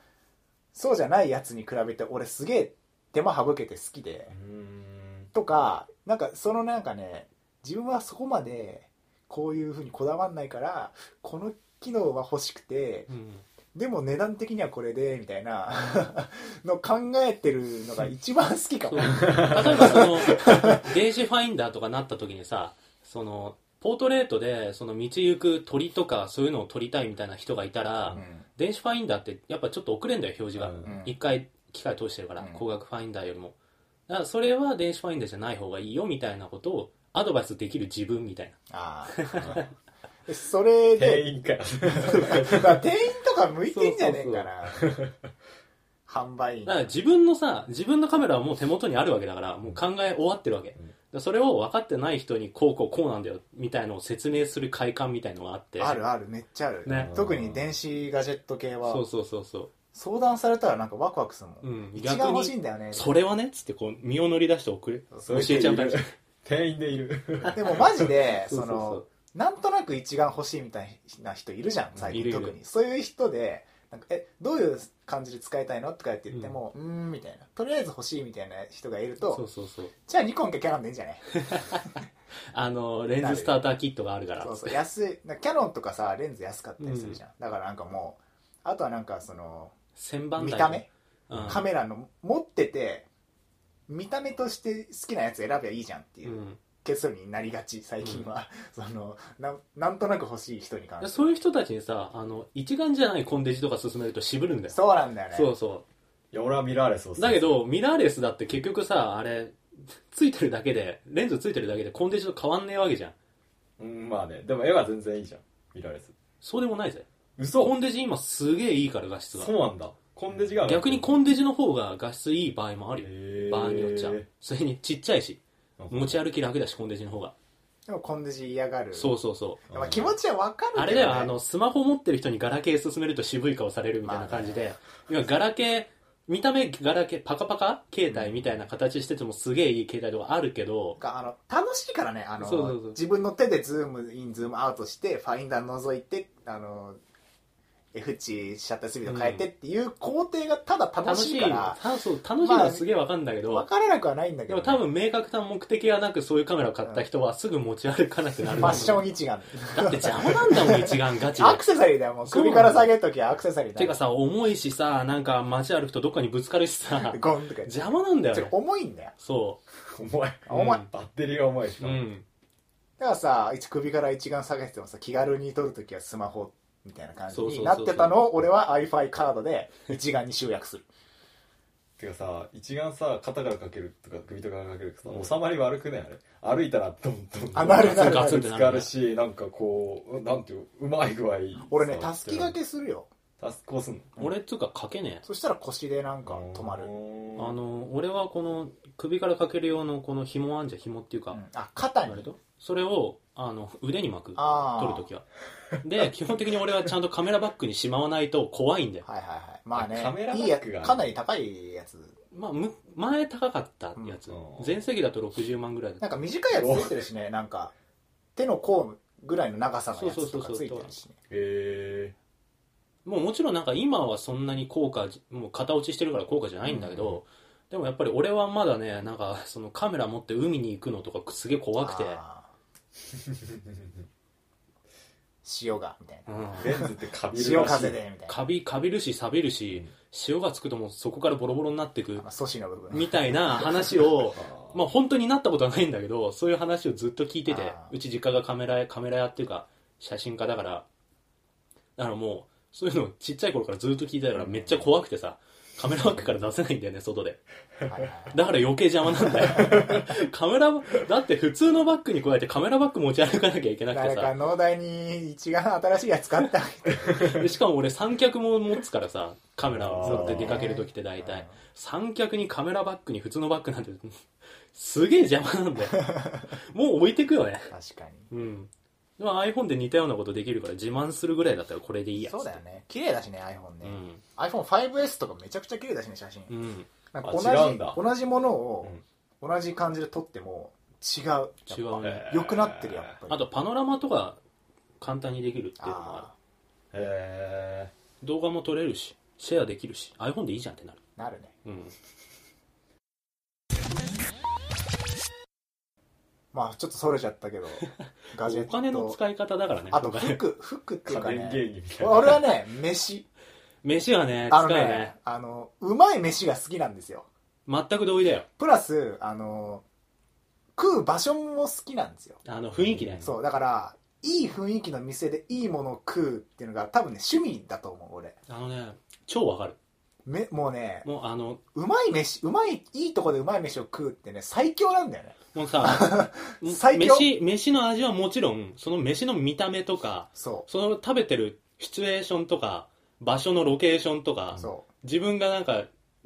そうじゃないやつに比べて俺すげえ手間省けて好きで
うーん
とかなんかそのなんかね自分はそこまでこういうふうにこだわんないからこの機能は欲しくて
うん
でも値段的にはこれでみたいな の考えてるのが一番好きか
そ
も
う例えばその 電子ファインダーとかなった時にさそのポートレートでその道行く鳥とかそういうのを撮りたいみたいな人がいたら、
うん
電子ファインダーってやっぱちょっと遅れんだよ表示が、
うん
うん
一回機械通してるから、
うん
光学ファインダーよりもだからそれは電子ファインダーじゃない方がいいよみたいなことをアドバイスできる自分みたいな
ああでそれで
店員かよ
だから店員とか向いてんじゃねえかな販売員
だから自分のさ自分のカメラはもう手元にあるわけだからもう考え終わってるわけ、だからそれを分かってない人にこうこうこうなんだよみたいのを説明する快感みたいのがあって
あるあるめっちゃある、
ね
特に電子ガジェット系
そう
は
そうそうそう
相談されたらなんかワクワクするもん、
うん
一番欲しいんだよね
それはねっつってこう身を乗り出して送る
そういう
教えちゃう
人いる
感じ
店員でいる
でもマジで
そう
そ
そうそう
のなんとなく一眼欲しいみたいな人いるじゃん最
いる
近
いる
特にそういう人でなんかえどういう感じで使いたいのとかって言ってもうーんみたいなとりあえず欲しいみたいな人がいる
そう
と
そうそう
じゃあニコンかキャノンでいいんじ ゃない
あのレンズスターターキットがあるから
そうそう安いなんかキャノンとかさレンズ安かったりするじゃん、だからなんかもうあとはなんかその
千番台
見た目、
うん
カメラの持ってて見た目として好きなやつ選べばいいじゃんっていううん結論になりがち最近は、 そのななんとなく欲しい人に関して
で
は
そういう人たちにさあの一眼じゃないコンデジとか進めると渋るんだよ
そうなんだよね
そうそ
いや俺はミラーレスを
うだけどミラーレスだって結局さあれついてるだけで、レンズついてるだけでコンデンサと変わんねえわけじゃん。
うんまあねでも絵は全然いいじゃん見られず
そうでもないぜ。コ
嘘
ンデジ今すげえいいから画質が
そ。うなんだコンデジが
逆にコンデジの方が画質いい場合もあるよ。
へー
場合によっちゃ。それにちっちゃいし、持ち歩き楽だし、コンデジの方が。
でもコンデジ嫌がる
そうそうそう。
まあ、気持ちはわかるけど、ね、
あれだよ、あの、スマホ持ってる人にガラケー進めると渋い顔されるみたいな感じで、今ガラケー、見た目ガラケー、パカパカ携帯みたいな形しててもすげえいい携帯とかあるけど、
があの楽しいからねあの
そうそうそう
自分の手でズームインズームアウトしてファインダー覗いてあの F 値シャッタースピード変えてっていう工程がただ楽
楽
し
し
い
い
か
の
ら
たそう楽しいのはすげえわかんだけど、
分からなくはないんだけ
で
どね、
も多分明確な目的がなくそういうカメラを買った人はすぐ持ち歩かなくなる。
ファッション一眼
だって邪魔なんだもん、一眼ガチ
アク
で。
セサリーだよもう首から下げときはアクセサリーだ
てか
よ
さ、重いしさ、なんか街歩くとどっかにぶつかるしさ、
ゴンとか言って
邪魔なんだよ
ちょっ
ね
と。重いんだよ
そ
重い
重い、
うん
バッテリーが重いし
う。う
な、
ん。
だからさ一首から一眼下げててもさ気軽に撮るときはスマホみたいな感じ
そうそうそ
に
う
な
そう
ってたのを俺は iFi カードで一眼に集約する
てかさ一眼さ肩からかけるとか首とかからかけるとかさ収まり悪くないあれ歩いたらドンドン
あなるなる
ガ
な
ツ
る
ンって
ぶ
な
つか
るね
る。しなんかこうなんていううまい具合
俺ねたすき掛けするよ
たすこうすんの
俺つうか書けねえ。
そしたら腰でなんか止まる
あの、俺はこの首からかける用のこの紐あんじゃん紐っていうか、
うんあ肩に
あれとそれをあの腕に巻く。
ああ
撮るときは。で、基本的に俺はちゃんとカメラバッグにしまわないと怖いんだよ。
はいはいはいまあね
カメラバ
いいや
ッグが
つかなり高いやつ
まあ、む前高かったやつ
うん。
全盛期だと60万ぐらいだった
なんか短いやつついてるしねなんか手の甲ぐらいの長さのやつとかついてるしね
へ
もうもちろんなんか今はそんなに効果じ、もう型落ちしてるから効果じゃないんだけど、でもやっぱり俺はまだね、なんかそのカメラ持って海に行くのとかすげえ怖くて、
あ ー塩がみたいな
うん
えレンズってカビる
潮
らし
風
い
でみたいな
カビ、カビるし、錆びるし、塩がつくともうそこからボロボロになってく
あ、の素子の部分
みたいな話を、
あー
まあ本当になったことはないんだけど、そういう話をずっと聞いてて
あ、ー
うち実家がカメラ屋、カメラ屋っていうか、写真家だから、だからもう、そういうのをちっちゃい頃からずっと聞いてたからめっちゃ怖くてさ、カメラバッグから出せないんだよね、外で。
はいはいはい
だから余計邪魔なんだよ。 カメラ、だって普通のバッグに加えてカメラバッグ持ち歩かなきゃい けなくて
誰か
さ。
農大に一眼新しいやつ買ってあげて
でしかも俺三脚も持つからさ、カメラを持って出かけるときって大
うん
体。三脚にカメラバッグに普通のバッグなんて、すげえ邪 魔なんだよ。もう置いてくよね。
確かに
うん。まあ iPhone で似たようなことできるから自慢するぐらいだったらこ れでいいやつ。
そうだよね綺麗だしね iPhone
う
ね
ん。
iPhone5S とかめちゃくちゃ綺麗だしね写真
うん。
なんか
あ違うんだ
同じ同じものを同じ感じで撮っても違う
違うね。
良くなってるやっぱり
あとパノラマとか簡単にできるっていうのもある
あ。
へ
動画も撮れるし、シェアできるし、iPhone でいいじゃんってなる。
ーなるね
うん。
まあちょっとそれちゃった けどガジェッ
お
ト
金の使い方だからね。
あと
今回
服服って
え
いうか
家電芸人み
ね
たいな
俺はね飯
飯はね、
あ
使
の
うよ
ね
ね。
あのうまい飯が好きなんですよ
全く同意だよ。
プラスあの食う場所も好きなんですよ
あの、雰囲気ね。
そうだからいい雰囲気の店でいいものを食うっていうのが多分ね趣味だと思う俺
あのね、超わかる。
めもうね
もうあの、
うまい飯うまいいいとこでうまい飯を食うってね最強なんだよね
もうさ、も う
最強
飯、飯の味はもちろん、その飯の見た目とか、
そ
その食べてるシチュエーションとか、場所のロケーションと
う
か、
そ
自分がなんか、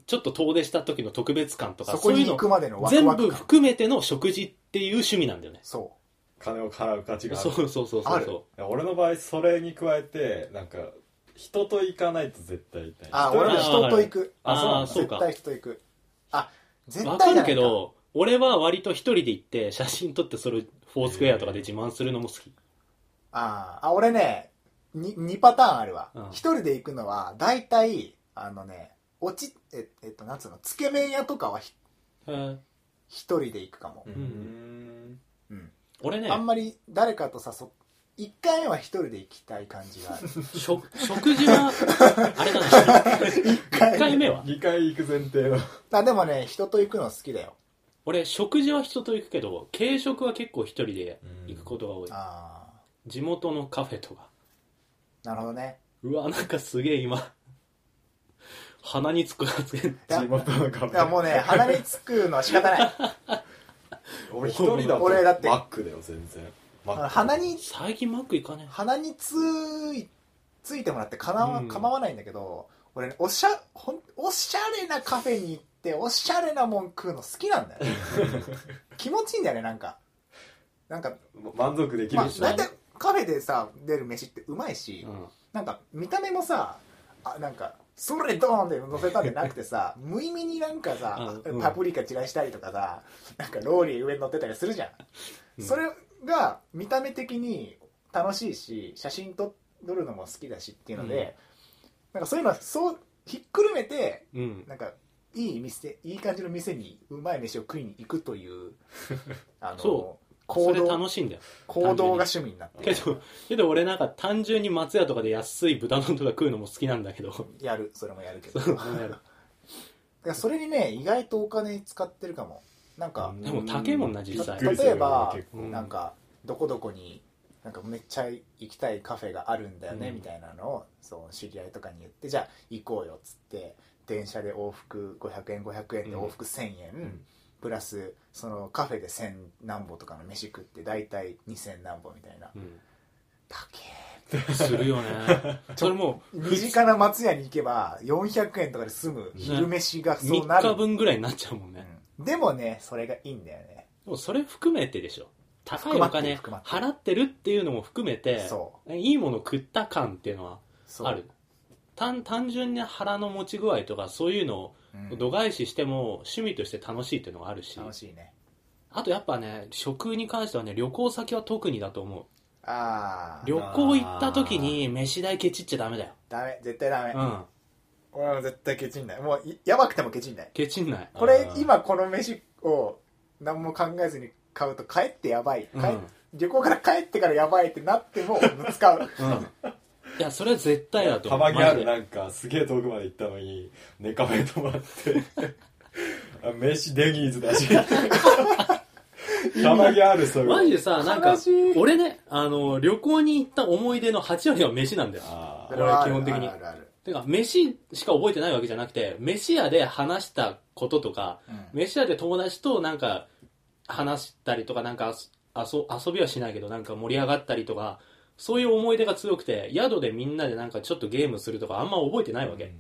ちょっと遠出した時の特別感と
う
か、
そこ
そう
に
いう
行
の
く、までのワク
全
ワ
部
ク感
含めての食事っていう趣味なんだよね。
そ
金を払う価値があ
そ
る
うそうそうそう
あ
そ
る
う。
俺の場合それに加えてなんか人と行かないと絶対
う
痛
あ
い
俺は人と行く
ああ、そう
絶
か。
対人行くあ絶対
わ
じゃ
か
ない
るけど、俺は割と一人で行って、写真撮ってそれ、フォースクエアとかで自慢するのも好き。
あああ俺ね 2, 2パターンあるわ
うん
一、人で行くのは大体あのね落ちええっとなんつうのつけ麺屋とかはひ
へ
一人で行くかも
う、
うん
うん
俺ね
あ、んまり誰かと誘っ1回目は一人で行きたい感じ がある
食、食事は、あれだな、1回目は
2回行く前提の
あでもね人と行くの好きだよ
俺、食事は人と行くけど、軽食は結構一人で行くことが多い。
ああ
地元のカフェとか。
なるほどね
うわ、なんかすげえ今、鼻につくつけ
地元の壁
いやもうね 鼻につくのは仕方ない
俺一人だと
俺だって
マックだよ全然マック
鼻に
最近マック行かね
鼻についついてもらってかなわ
うん
構わないんだけど、俺ねおしゃほんおしゃれなカフェに行っておしゃれなもん食うの好きなん だよ気持ちいいんだよねなんかなんか、
満足でき
まあ
るし、、
大体カフェでさ出る飯ってうまいし、
うん
なんか見た目もさあなんかそれドーンで乗せたんじゃなくて さ無意味になんかさ、
うん
パプリカ散らしたりとかさなんかローリー上に乗ってたりするじゃん、
うん
それが見た目的に楽しいし写真撮撮るのも好きだしっていうので、なんかそういうのはそうひっくるめて
うん
なんかいい店いい感じの店にうまい飯を食いに行くという あの
そそ
行
れ楽
動
しいんだよ
行動が趣味になって
けどけど俺なんか単純に松屋とかで安い豚丼とか食うのも好きなんだけど
やるそれもやるけ ど
そうなんやろ
だからそれにね意外とお金使ってるかもなんか、
でも高いもんな実際
びっくりするよね
例えば
結構
うん
なんかどこどこになんかめっちゃ行きたいカフェがあるんだよね、
うん
みたいなのをそう知り合いとかに言ってじゃあ行こうよっつって電車で往復500円500円で往復1000円、
ん
プラスそのカフェで1000何本とかの飯食って大体2000何本みたいな
う
高
んするよ ねそれも
え身近な松屋に行けば400円とかで済む昼飯がそうな
3
る、
日分ぐらいになっちゃうもんね、
うんでもねそれがいいんだよね
でもそれ含めてでしょ高
含
い
ま
お
ってる
金
含まってる
払ってるっていうのも含めて
そ
いいもの食った感っていうのは
そう
ある単単純に腹の持ち具合とかそういうの
うん
を度外視しても趣味として楽しいっていうのがあるし、
楽しいね
あとやっぱね食に関してはね旅行先は特にだと思う
ああ
旅行行った時に飯代ケチっちゃダメだよ
ダメ絶対ダメ、
うん
俺は絶対ケチんないもういやばくてもケチんない
ケチんない
これ今この飯を何も考えずに買うと帰ってやばい、帰
うん
旅行から帰ってからやばいってなっても使 う
うんいやそれは絶対だと
た
思う
まにあ
マジ
る
で
なんかすげえ遠くまで行ったのに寝かべ泊まってあ飯デニーズだ したまにあるそういう
マジでさなんか
悲しい
俺ねあの旅行に行った思い出の8割は飯なんだよ
あ
そ
ー
れはあ
基
る
本的に
あるある
てか飯しか覚えてないわけじゃなくて飯屋で話したこととか
あるうん
飯屋で友達となんか話したりとかなんかあそ遊遊びはしないけどなんか盛り上がったりとかそういう思い出が強くて宿でみんなでなんかちょっとゲームするとかあんま覚えてないわけ、
うん
うん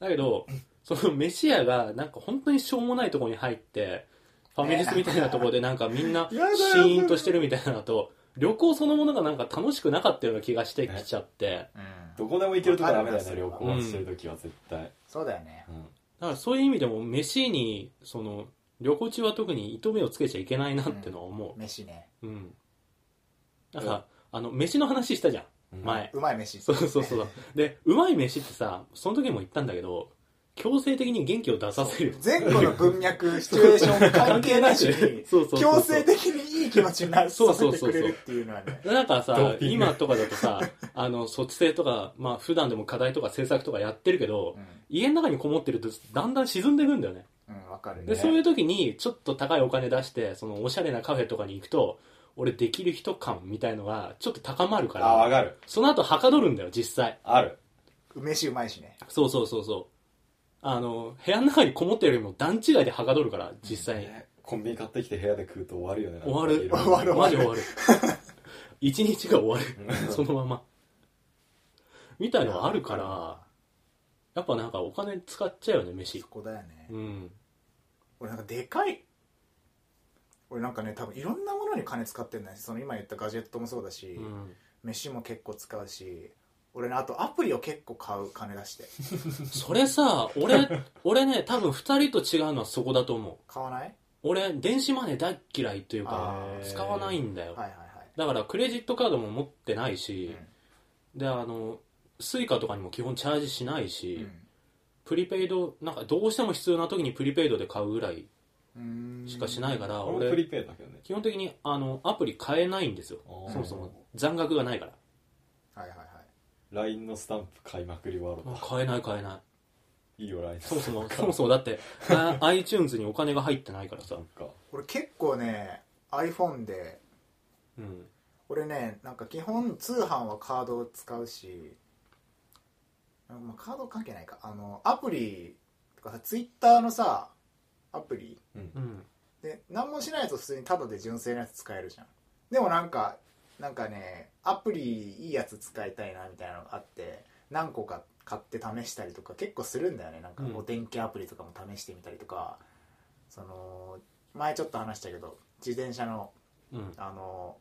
だけどその飯屋がなんか本当にしょうもないとこに入ってファミレスみたいなとこでなんかみんなシ
やだよ
ーンとしてるみたいなのと旅行そのものがなんか楽しくなかったような気がしてきちゃって
うん
どこでも行けるとこダメだよ
あ
ね
る
旅行してる時は絶対、
そうだよね
うん
だからそういう意味でも飯にその旅行中は特に糸目をつけちゃいけないなってのは思う、
飯ね
うん。なんか、あの、飯の話したじゃん、
うん
前。
うまい飯
そうそうそう。で、うまい飯ってさ、その時も言ったんだけど、強制的に元気を出させるよ。
前後の文脈シチュエーション関係なしに
そうそうそうそう
強制的にいい気持ちにならさ
そう
せ
そう
て
そ
く
うそう
れるっていうのはね
なんか
ド
さ
ー、ピング
今とかだとさ、あの、そっち性とか、まあ普段でも課題とか制作とかやってるけど、家の中にこもってるとだんだん沈んでいくんだよ
うんう
ね。
んわかる
で、
ね
ね
そういう時にちょっと高いお金出して、そのおしゃれなカフェとかに行くと、俺できる人感みたいのがちょっと高まるか
あわ
ら、
かる
その後はかどるんだよ、実際。
ある
飯うまいしね
そうそうそうそう。あの、部屋の中にこもったよりも段違いではかどるから、実際に。
ねコンビニ買ってきて部屋で食うと終わるよね
終わる。
終わる
マジ終わる。一日が終わ
う
る。
ん
そのまま。みたいのはあるから、やっぱなんかお金使っちゃうよね、飯
そ。こだよね
うん。
俺なんかでかい俺なんかね多分いろんなものに金使ってんだよその今言ったガジェットもそうだし、
うん、
飯も結構使うし俺ねあとアプリを結構買う金出して
それさ、俺、俺ね、多分二人と違うのはそこだと思う。
買わない
俺、電子マネー大っ嫌いという
あ
か、
ー
使わないんだよ。
はいはい
だからクレジットカードも持ってない
はい
し、で、あの、スイカとかにも基本チャージしないし、
うん
プリペイドなんかどうしても必要な時にプリペイドで買うぐらい
うん
しかしないから、
俺もプ
俺
リペイドだけどね
基本的にあのアプリ買えないんですよ
あー
そもそも残額がないから
はいはいはい
LINE のスタンプ買いまくりワール
あ買えない買えない
いいよ LINE
そもそもそ もそもだってあ iTunes にお金が入ってないからさ
そっ、か
俺結構ね iPhone で
うん、
俺ねなんか基本通販はカードを使うしなんかまあカード関係ないかあのアプリとかさツイッターのさアプリ
うん。
で何もしないと普通にタダで純正のやつ使えるじゃんでもなんかなんかねアプリいいやつ使いたいなみたいなのがあって何個か買って試したりとか結構するんだよねなんか
うん
お天気アプリとかも試してみたりとか、その前ちょっと話したけど自転車の
うん。
あの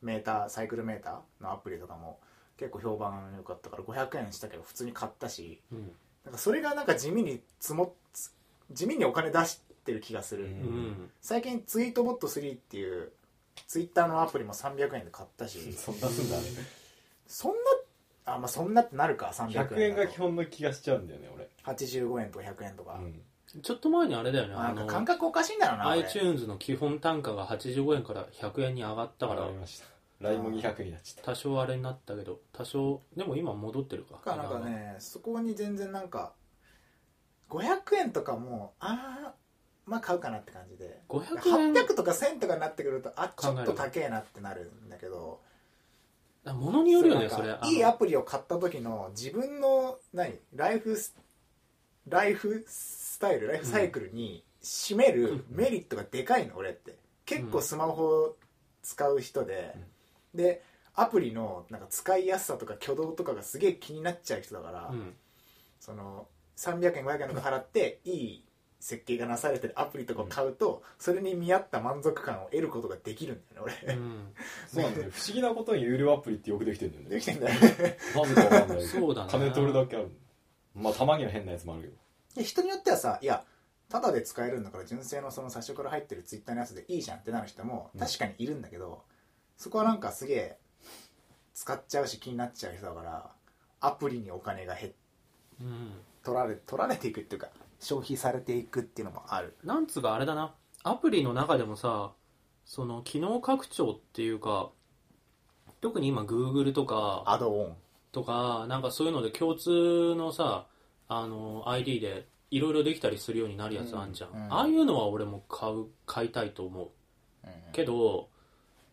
メーターサイクルメーターのアプリとかも結構評判良かったから500円したけど普通に買ったし
うん。
なんかそれがなんか地味に積もっ地味にお金出してる気がする、
うん
うん。
最近ツイートボット3っていうツイッターのアプリも300円で買ったし
そんなすんだね
そんなあまあそんなってなるか300
100
円
円
だ
が
と
基本の気がしちゃうんだよね俺
85円とか100円とか、
うん
ちょっと前にあれだよね、
まあ
あ
なん
の
か、感覚おかしいんだろうな俺
iTunes の基本単価が85円から100円に上がったか
わ
ら
かり、ましたラインも200になっちゃっ
多少あれになったけど、多少、でも今戻ってるか。
かなんかねそこに全然なんか500円とかもああまあ買うかなって感じで
500円、
800とか1000とかになってくるとあちょっと高えなってなるんだけど
あ物によるよね、
そ
そうれ
なん。か
あの
いいアプリを買った時の自分の何ライフスライフスタイルライフサイクルに占めるメリットがでかいの、俺って結構スマホ使う人で、でアプリのなんか使いやすさとか挙動とかがすげえ気になっちゃう人だから、
うん。
その300円500円とか払っていい設計がなされてるアプリとかを買うと、それに見合った満足感を得ることができるんだよね
うん
そうなんだよ不思議なことに有料アプリってよくできてるんだよね
俺できてんだよね
なぜかわかんないけど
そうだね
金取るだけあるまあたまには変なやつもあるけど
で 人によってはさいやタダで使えるんだから純正のその最初から入ってるツイッターのやつでいいじゃんってなる人も
うん
確かにいるんだけど、そこはなんかすげえ使っちゃうし気になっちゃう人だからアプリにお金がへ
うん。
取られ取られていくっていうか消費されていくっていうのもある
なんつうかあれだな、アプリの中でもさ、その機能拡張っていうか、特に今 Google とか、
アドオン
とか、なんかそういうので共通のさ、あの、ID でいろいろできたりするようになるやつあんじゃん。
うんうん
ああいうのは俺も買う、買いたいと思う。けど、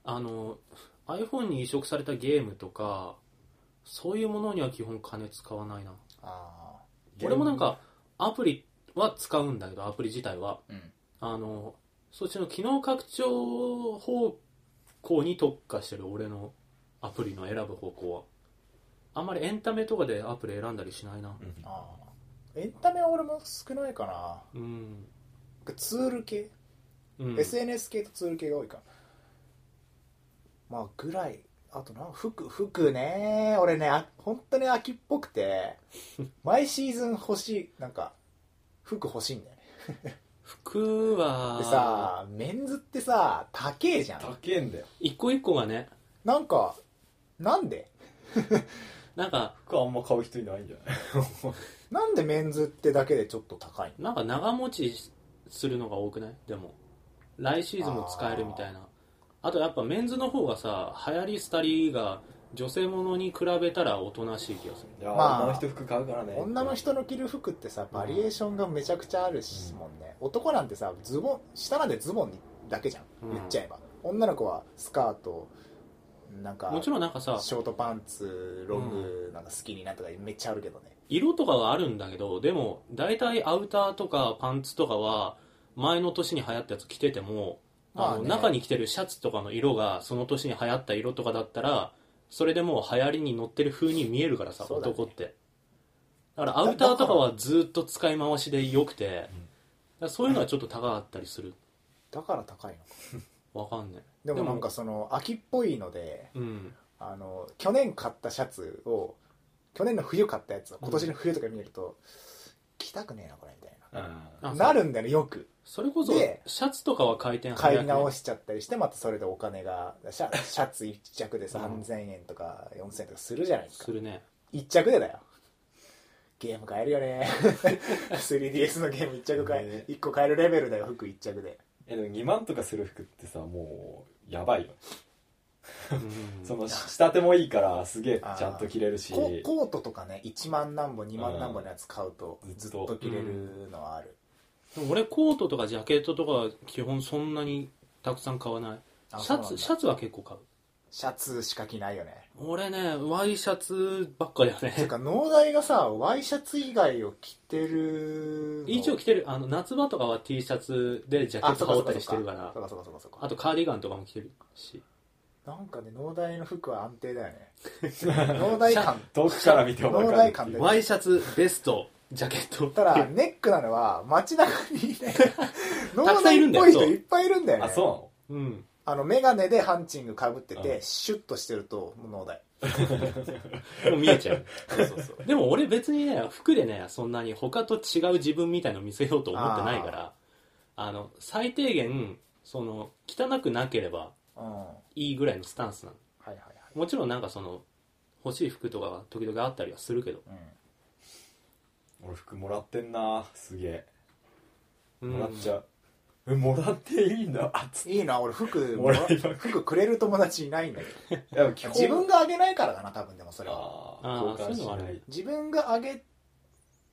あの、iPhone に移植されたゲームとか、そういうものには基本金使わないな。
あ
俺もなんか、アプリは使うんだけど、アプリ自体は。
ーうん
あの、そっちの機能拡張方向に特化してる俺のアプリの選ぶ方向は。あんまりエンタメとかでアプリ選んだりしないな。
うん
あーエンタメは俺も少ないかな
うん。
ツール系、
うん、
SNS 系とツール系が多いかなまあぐらいあとな服服ね俺ねあ本当に秋っぽく て毎シーズン欲しいなんか服欲しいんだよね
服は、
でさメンズってさ高えじゃん
高えんだよ
一個一個がね、
なんかなんで
なんか、
僕はあんま買う人いないんじゃない
なんでメンズってだけでちょっと高いの
なんか長持ちするのが多くないでも。来シーズンも使えるみたいな。あとやっぱメンズの方がさ、流行り廃りが女性ものに比べたらおとなしい気がする。
いや、
まあ
女の人服買うからね
女の人の着る服ってさバリエーションがめちゃくちゃあるしもんね、男なんてさズボン下なんてズボンだけじゃん
うん
言っちゃえば、女の子はスカートなんか
もちろんなんかさ、
ショートパンツロングなんか好きになったとかめっちゃあるけどね、
色とかはあるんだけどでも大体アウターとかパンツとかは前の年に流行ったやつ着てても、
まあ
あ
ね
の中に着てるシャツとかの色がその年に流行った色とかだったらそれでもう流行りに乗ってる風に見えるからさ、
そうだね
男ってだからアウターとかはずっと使い回しで良くてだからそういうのはちょっと高かったりする
だから高いのか
わかんない
でもなんかその秋っぽいので
うん
あの去年買ったシャツを去年の冬買ったやつを今年の冬とか見ると、着たくねえなこれみたい
うん
あ
ななるんだよねよく
それこそ
で
シャツとかは回転
買い
ね
直しちゃったりしてまたそれでお金がシ ャシャツ1着で
うん
3000円とか4000円とかするじゃないです
す
か
るね
1着でだよゲーム買えるよね 3DS のゲーム1着買え
ね
1個買えるレベルだよ服1着で
えでも2万とかする服ってさもうやばいよ、
うん
その仕立てもいいからすげえちゃんと着れるし
ココートとかね1万何本2万何本のやつ買うと
うん
ずっと着れるのはある、
でも俺コートとかジャケットとかは基本そんなにたくさん買わない
あ
シャ
そうなん
ツ
だ
シャツは結構買う
シャツしか着ないよね
俺ねワイシャツばっかだよ
て
ね
か農大がさワイシャツ以外を着てるの
一応着てるあの夏場とかは T シャツでジャケ
あ
ッ
そ
ト
うかそう
羽織った
か
りしてるから
そうかそうかそうかそうか
あとカーディガンとかも着てるし
なんかね農大の服は安定だよ ね農大感
遠くから見ても分
農
かる
大
って
感
い
で
う
ワイシャツベストジャケット
ただネックなのは街中にね 農
たくさん
大
いる
っ
んだよ
ぽい人
そう
いっぱいいるんだよね
あそ
うん
あの眼鏡でハンチングかぶって
う
てシュッとしてるともう農大
もう見えちゃう
そうそうそう
でも俺別にね服でねそんなに他と違う自分みたいの見せようと思ってないからあの最低限その汚くなければ
うんはい
いいぐらいのスタンスなの
はいはい
もちろんなんかその欲しい服とかは時々あったりはするけど、
う
う俺服もらってんなすげえ
うん
もらっちゃう、えもらっていいんだあっつっ
んいいな俺服も
も
ら
らいまくる
服くれる友達いないんだけど
ていや基本
自分があげないからだな多分でもそれは
あ
あー
ー交換し
そういうのは
な
あ
い
る
自分があげ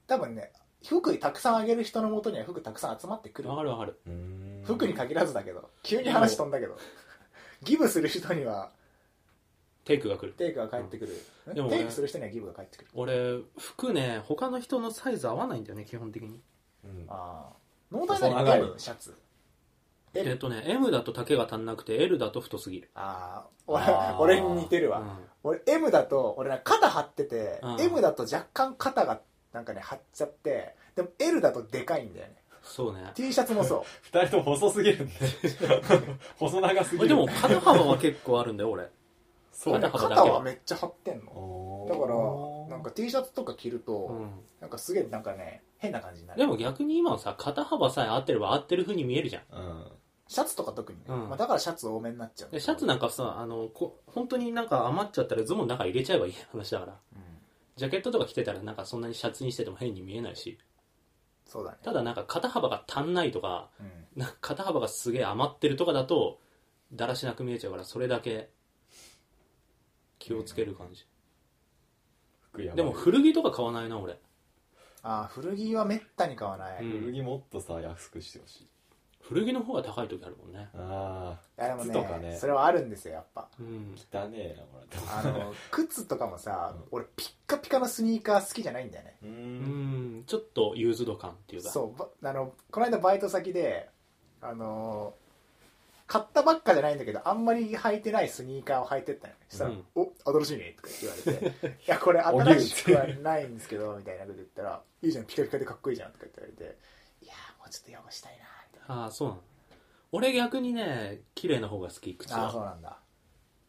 多分ね服たくさんあげる人のもとには服たくさん集まってくる
わかるわかる
うーん
服に限らずだけど急に話飛んだけどギブする人には
テイクが来る
テイクが返ってくる、
んでもね
テイクする人にはギブが返ってくる
俺服ね他の人のサイズ合わないんだよね基本的に
うん
ああ脳体
細
な
長い
に M シャツ
え
L
っとね M だと丈が足んなくて L だと太すぎる
ああ
あー
俺俺に似てる
う
わ、
ん
俺 M だと俺なんか肩張ってて、
うん
M だと若干肩がなんかね張っちゃってでも L だとでかいんだよね
そうね
T シャツもそう
二人とも細すぎ るんで細長すぎる
俺でも肩幅は結構あるんだよ俺
そう
肩幅だけ
肩はめっちゃ張ってんのだか
だ
らなんか T シャツとか着ると、
う
なんかすげえなんかね変な感じになんる
でも逆に今はさ肩幅さえ合ってれば合ってる風に見えるじゃん
うん
シャツとか特にね、
うん
まあ、だからシャツ多めになっちゃう
でシャツなんかさあのこ本当になんか余っちゃったらズボンの中入れちゃえばいい話だから
うん
ジャケットとか着てたらなんかそんなにシャツにしてても変に見えないし
そうだね
ただなんか肩幅が足んないとか
うん
なんか肩幅がすげえ余ってるとかだとだらしなく見えちゃうからそれだけ気をつける感じ、
服やばい
でも古着とか買わないな俺
ああ古着はめったに買わない、
うん
い
古着もっとさ安くしてほしい
古着の方が高い時あるもんね
あ
やで
あ
も
靴
ね
とかね
それはあるんですよやっぱ
うん
汚ねえなこれ
あの靴とかもさ、
うん
俺ピッカピカのスニーカー好きじゃないんだよね
う
うんんちょっとユーズド感っていうか
そうばあのこの間バイト先であの買ったばっかじゃないんだけどあんまり履いてないスニーカーを履いてったのよそしたら
うん
「お新しいね」とか言われて「いやこれ新しくはないんですけど」みたいなこと言ったら「いいじゃんピカピカでかっこいいじゃん」とか言って言われて「いやーもうちょっと汚したいな」みたい
ああそうなの俺逆にね綺麗な方が好き靴
なああそう
は
なんだ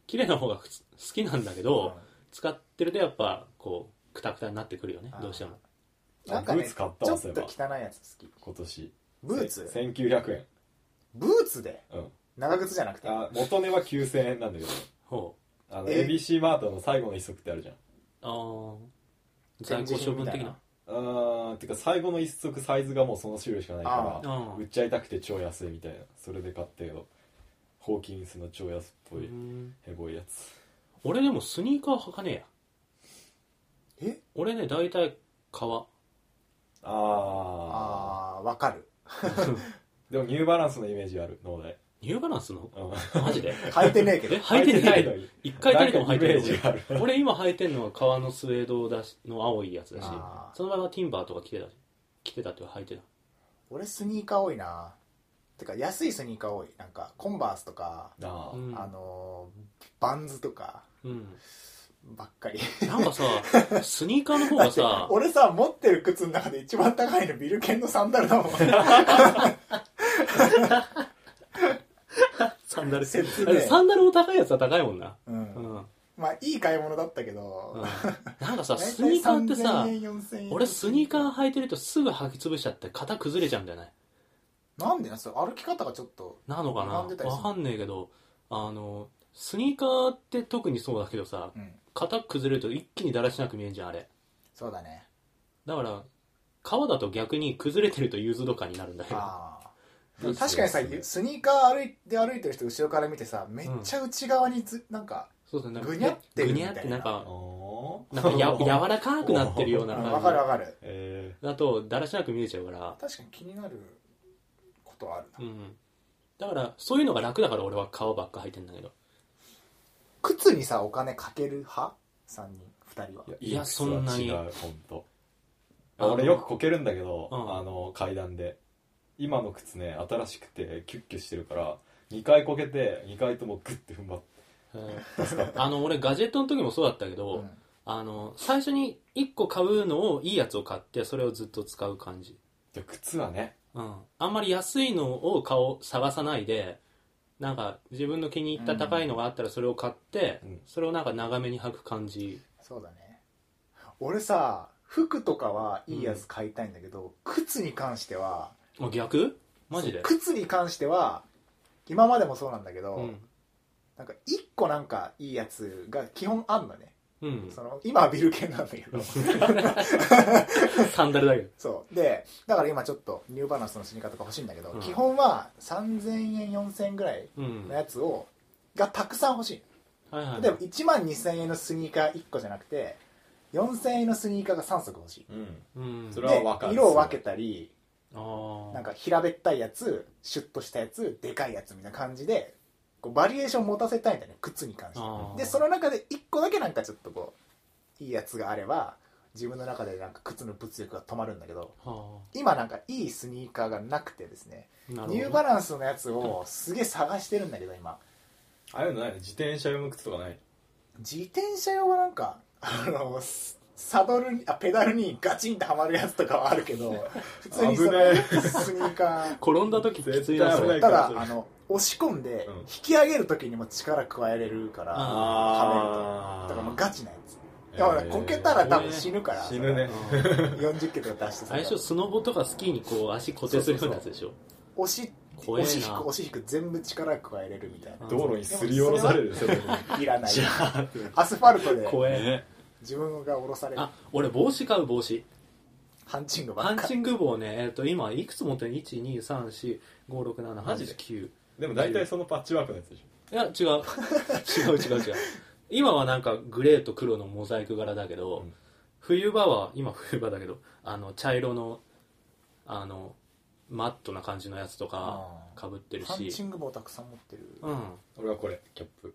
綺麗な方が好きなんだけ
う
ど、
ん
使ってるとやっぱこうクタクタになってくるよね
あー
どうしても
なんか
ブ
ね
ーツ
ち
買
ょ
っ
った
わ
と
そういえば
汚いやつ好き
今年
ブーツ
せ1900円
ブーツで
うん
長靴じゃなくて
あ元値は9000円なんだけど
ほう
あの
え
ABC マートの最後の一足ってあるじゃん
あー在庫処分的な
あーてか最後の一足サイズがもうその種類しかない
あ
から
あ
売っちゃいたくて超安いみたいなそれで買ったけどホーキンスの超安っぽい
うん
ヘボいやつ
俺でもスニーカー履かねえや
え
俺ね大体革
ああ
ああわかる
でもニューバランスのイメージある脳内
ニューバラン スの
うん
マジで
履いてねえけど
え履いてな
ないい
の
のに
一回たりとも
なん
履い
か
て
イメ
る
ージある
俺今履いてんのは革のスウェードだしの青いやつだし
あー
その場合はティンバーとか着てた着てたっていうか履いてた
俺スニーカー多いなてか安いスニーカー多いなんかコンバースとか、
あ
う
ー
ん
あのーバンズとか
うん
ばっかり
なんかさスニーカーの方が さ
俺さ持ってる靴の中で一番高いのビルケンのサンダルだもん
サンダル
説明
サンダルも高いやつは高いもんな
う
うんん、うん、
まあいい買い物だったけど、
なんか
大
さ
体
スニーカーってさ
3000円4000円
俺スニーカー履いてるとすぐ履き潰しちゃって型崩れちゃうんじゃない
なんでなそれ歩き方がちょっと
なのかな
なんでだよ
わかんねえけどあのスニーカーって特にそうだけどさ
うん
型崩れると一気にだらしなく見えんじゃんあれ
そうだね
だから革だと逆に崩れてると融通度感になるんだけど
ああ
ブーツ
確かにさ
ですね
スニーカー歩いて歩いてる人後ろから見てさめっちゃ内側にず、なんか
そうですねなんか
ぐにゃって
ぐ
るみ
に
た
ゃ
い
っ
な
てなんか
おー
なんかや柔らかくなってるよう
う
なん
わ、
感
かる
じ
わかる
え
だとだらしなく見えちゃうから
確かに気になることはあるな
うんだからそういうのが楽だから俺は革ばっか履いてんだけど
靴にさお金かける派3人2人はい
やそんなに
本当
あの
俺よくこけるんだけど、
うん
あの階段で今の靴ね新しくてキュッキュしてるから2回こけて2回ともグッて踏ん張って
あの俺ガジェットの時もそうだったけ
う
ど、
ん
あの最初に1個買うのをいいやつを買ってそれをずっと使う感じ、
で靴はね
うん、あんまり安いのを顔探さないでなんか自分の気に入った高いのがあったらそれを買って、
うん
それをなんか長めに履く感じ
そうだね俺さ服とかはいいやつ買いたいんだけど、靴に関しては
あ逆マジで
そう靴に関しては今までもそうなんだけど、
うん
なんか1個なんかいいやつが基本あんのね、
うん
その今はビル系なんだけ ど
サンダルだけど
そうでだから今ちょっとニューバランスの死に方が欲しいんだけど、
うん
基本は3000円4000円ぐらい
うん
のやつをがたくさん欲しい
はいはい
例えば1万2000円のスニーカー1個じゃなくて4000円のスニーカーが3足欲しい
うん
うん
それは
で
分かる
色を分けたり
あー
なんか平べったいやつシュッとしたやつでかいやつみたいな感じでこうバリエーション持たせたいんだよね靴に関して
あー
でその中で1個だけなんかちょっとこういいやつがあれば自分の中でなんか靴の物欲が止まるんだけど
は
今なんかいいスニーカーがなくてですね
あなるほど
ニューバランスのやつをすげえ探してるんだけど今
ああいうのないの自転車用の靴とかない
自転車用はなんかあのスサドルにあペダルにガチンってはまるやつとかはあるけど普通にその
危ね
スニーカ
転んだ時きついな
絶対
そ
危な
ー
い
れ
ただあの押し込んで
うん
引き上げる時にも力加えれるから
あ
はめるとだからもうガチなやついやほらこけたら多分死ぬから
死ぬね
うん
40キロとか出してさ
最初スノボとかスキーにこう足固定するようなやつでしょ
押し
怖え
押
な
し引く押し引く全部力加えれるみた いな
道路にすりおろされるよそれも
いらない
じゃあ
アスファルトで
怖
え
え
自分が下ろされる
あ俺帽子買う帽子
ハンチングば
ハ
っ
ン
か
チング帽ねえっと今いくつ持ってる
マジで
123456789
でも大体そのパッチワークのやつでし
いや違う違う違う違う今はなんかグレーと黒のモザイク柄だけど、
うん
冬場は今冬場だけどあの茶色のあのマットな感じのやつとか
あ
かぶってる
ーハンチ
し
ング棒たくさん持ってる
うん
ょ俺はこれキャップ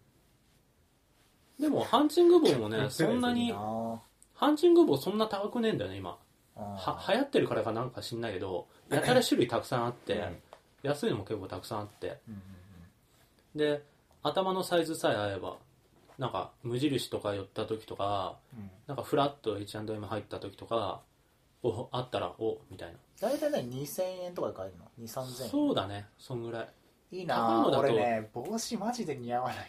でもハンチング帽もね
やって
そ
ない
ん なに
あ
ハンチング帽そんな高くねえんだよね今
ーあー
は流行ってるからかなんか知んないけど やたら種類たくさんあって、
うん
安いのも結構たくさんあって
うんうん
で頭のサイズさえ合えばなんか無印とか寄った時とか
うんうん
なんかフラッと H&M 入った時とかおあったらおみたいな
大体ね2000円とかで買えるの2 3 0 0 0円
そうだねそんぐらい
いい
高い
な
のだと
俺ね帽子マジで似合わない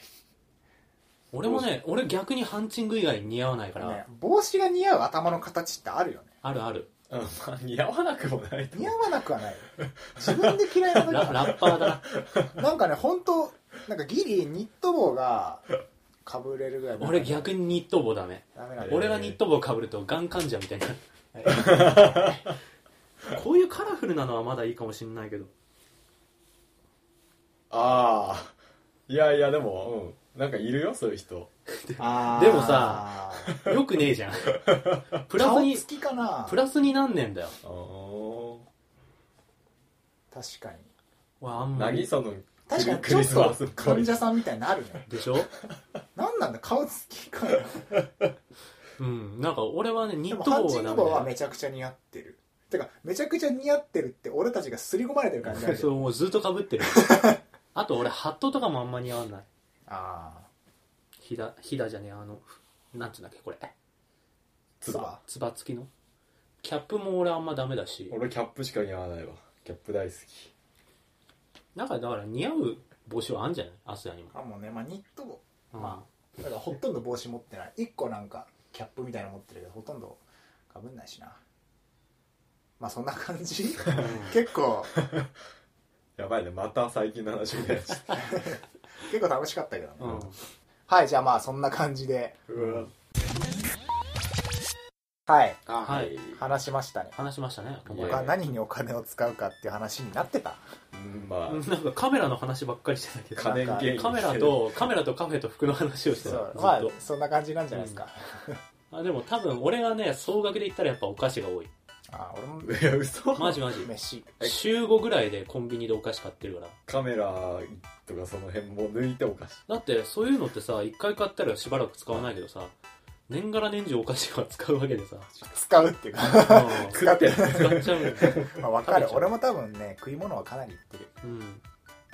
俺もね俺逆にハンチング以外似合わないから、
ね帽子が似合う頭の形ってあるよね
あるある
うんまあ似合わなくもないと
似
思
合
う
わなくは ない自分で嫌いな
ラ
時
ラ
は
ッパーだ な
なんかね本当なんかギリニット帽がかぶれるぐらい
俺逆にニット帽ダメ
ダメなんだよ
俺がニット帽かぶるとがん患者みた いになる
はい
こういうカラフルなのはまだいいかもしんないけど
ああいやいやでもうんなんかいるよそういう人
あー
でもさよくねえじ ゃんプラス
顔
に
つきかな
プラスになんねんだよ
ああ
確かに
わあんま
何
り
その
確かに
クリ
ち
スマ
ょっ
スっ
と
ぽい
患者さんみたいになるね
でしょ
なんなんだ顔つきかな
うんなんか俺はねニ
でも
ッ
ハ
ト
ン
帽
チ
は
ン
ダ
グ
メ
帽は
だよ
めちゃくちゃ似合ってるてかめちゃくちゃ似合ってるって俺たちが刷り込まれてる感じある
そ
よ
うもうずっとかぶって るあと俺ハットとかもあんま似合わない
あ
ひだひだじゃねえあのなんつうんだっけこれ
つば
つば付きのキャップも俺あんまダメだし
俺キャップしか似合わないわキャップ大好き
なんかだから似合う帽子はあんじゃないアスヤにも、
あもうねまあニット帽
うん
まだからほとんど帽子持ってない1個なんかキャップみたいなの持ってるけどほとんどかぶんないしなまあそんな感じ 結構
やばいねまた最近の話みたいになっちゃった
結構楽しかったけどね、
うん
はいじゃあまあそんな感じで
うわ
はい
は
はい
話しましたね
話しましたね今
い
回
や
他何にお金を使うかっていう話になってた
うんま
うんなんかカメラの話ばっかりしてたけ
あ
ど
家電芸人
カメラとカメラとカフェと服の話をして
そ
たずっ
う
と、
まあそんな感じなんじゃないですか、
あでも多分俺がね総額で言ったらやっぱお菓子が多い
あ俺も
いや嘘
マジマジ
飯
週5ぐらいでコンビニでお菓子買ってるから
カメラ行っとかその辺も抜いておかしい
だってそういうのってさ一回買ったらしばらく使わないけどさ年がら年中お菓子は使うわけ でさ
使うっていうか
うん
使って
使っちゃうん だよ
まあわかる
食べちゃう
俺も多分ね食い物はかなりいってる
うん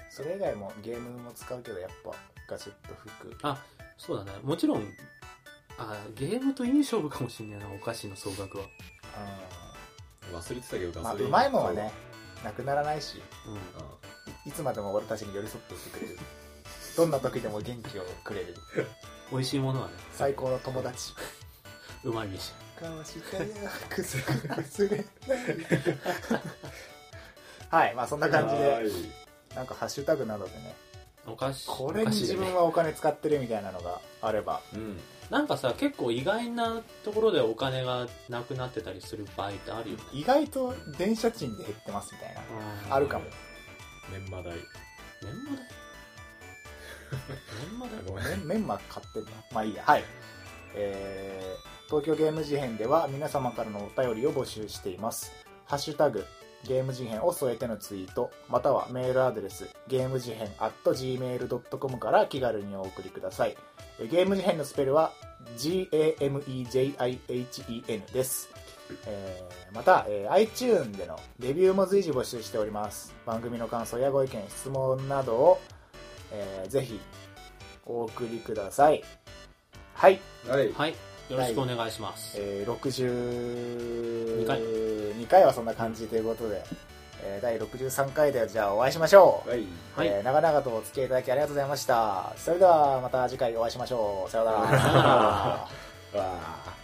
それ以外もゲームも使うけどやっぱガチッと服
そうだねもちろんあゲームといい勝負かもしんないなお菓子の総額は
忘れてたけど
うん
ガ
まあ
ソリン
うまいもんはねなくならないし
うん
いつまでも俺たちに寄り添っていてくれるどんな時でも元気をくれる
美味しいものはね
最高の友達
うまい飯
かわしてくすぐ崩れないはいまあそんな感じ
は
で
い
なんかハッシュタグなどでね
お菓子
これ
お
に
菓子
自
でね
分はお金使ってるみたいなのがあれば
うん
なんかさ結構意外なところでお金がなくなってたりする場合ってあるよね
意外と電車賃で減ってますみたいな
うん
あるかも
メンマ代
メンマ 代メンマ代
ごめん
メンメンマ買ってんのまあいいやはいえー、東京ゲーム事変では皆様からのお便りを募集しています「ハッシュタグゲーム事変」を添えてのツイートまたはメールアドレスゲーム事変 gmail.com から気軽にお送りくださいえーゲーム事変のスペルは GAMEJIHEN ですえーまた、えー iTune でのレビューも随時募集しております番組の感想やご意見質問などを、えーぜひお送りくださいはい、
はい
はいよろしくお願いします、
えー、62
回
2回はそんな感じということで、えー第63回でじゃあお会いしまし ょう、
はい
はい
えー長々とお付き合いいただきありがとうございましたそれではまた次回お会いしましょうさような
さような
ら
ら
わあ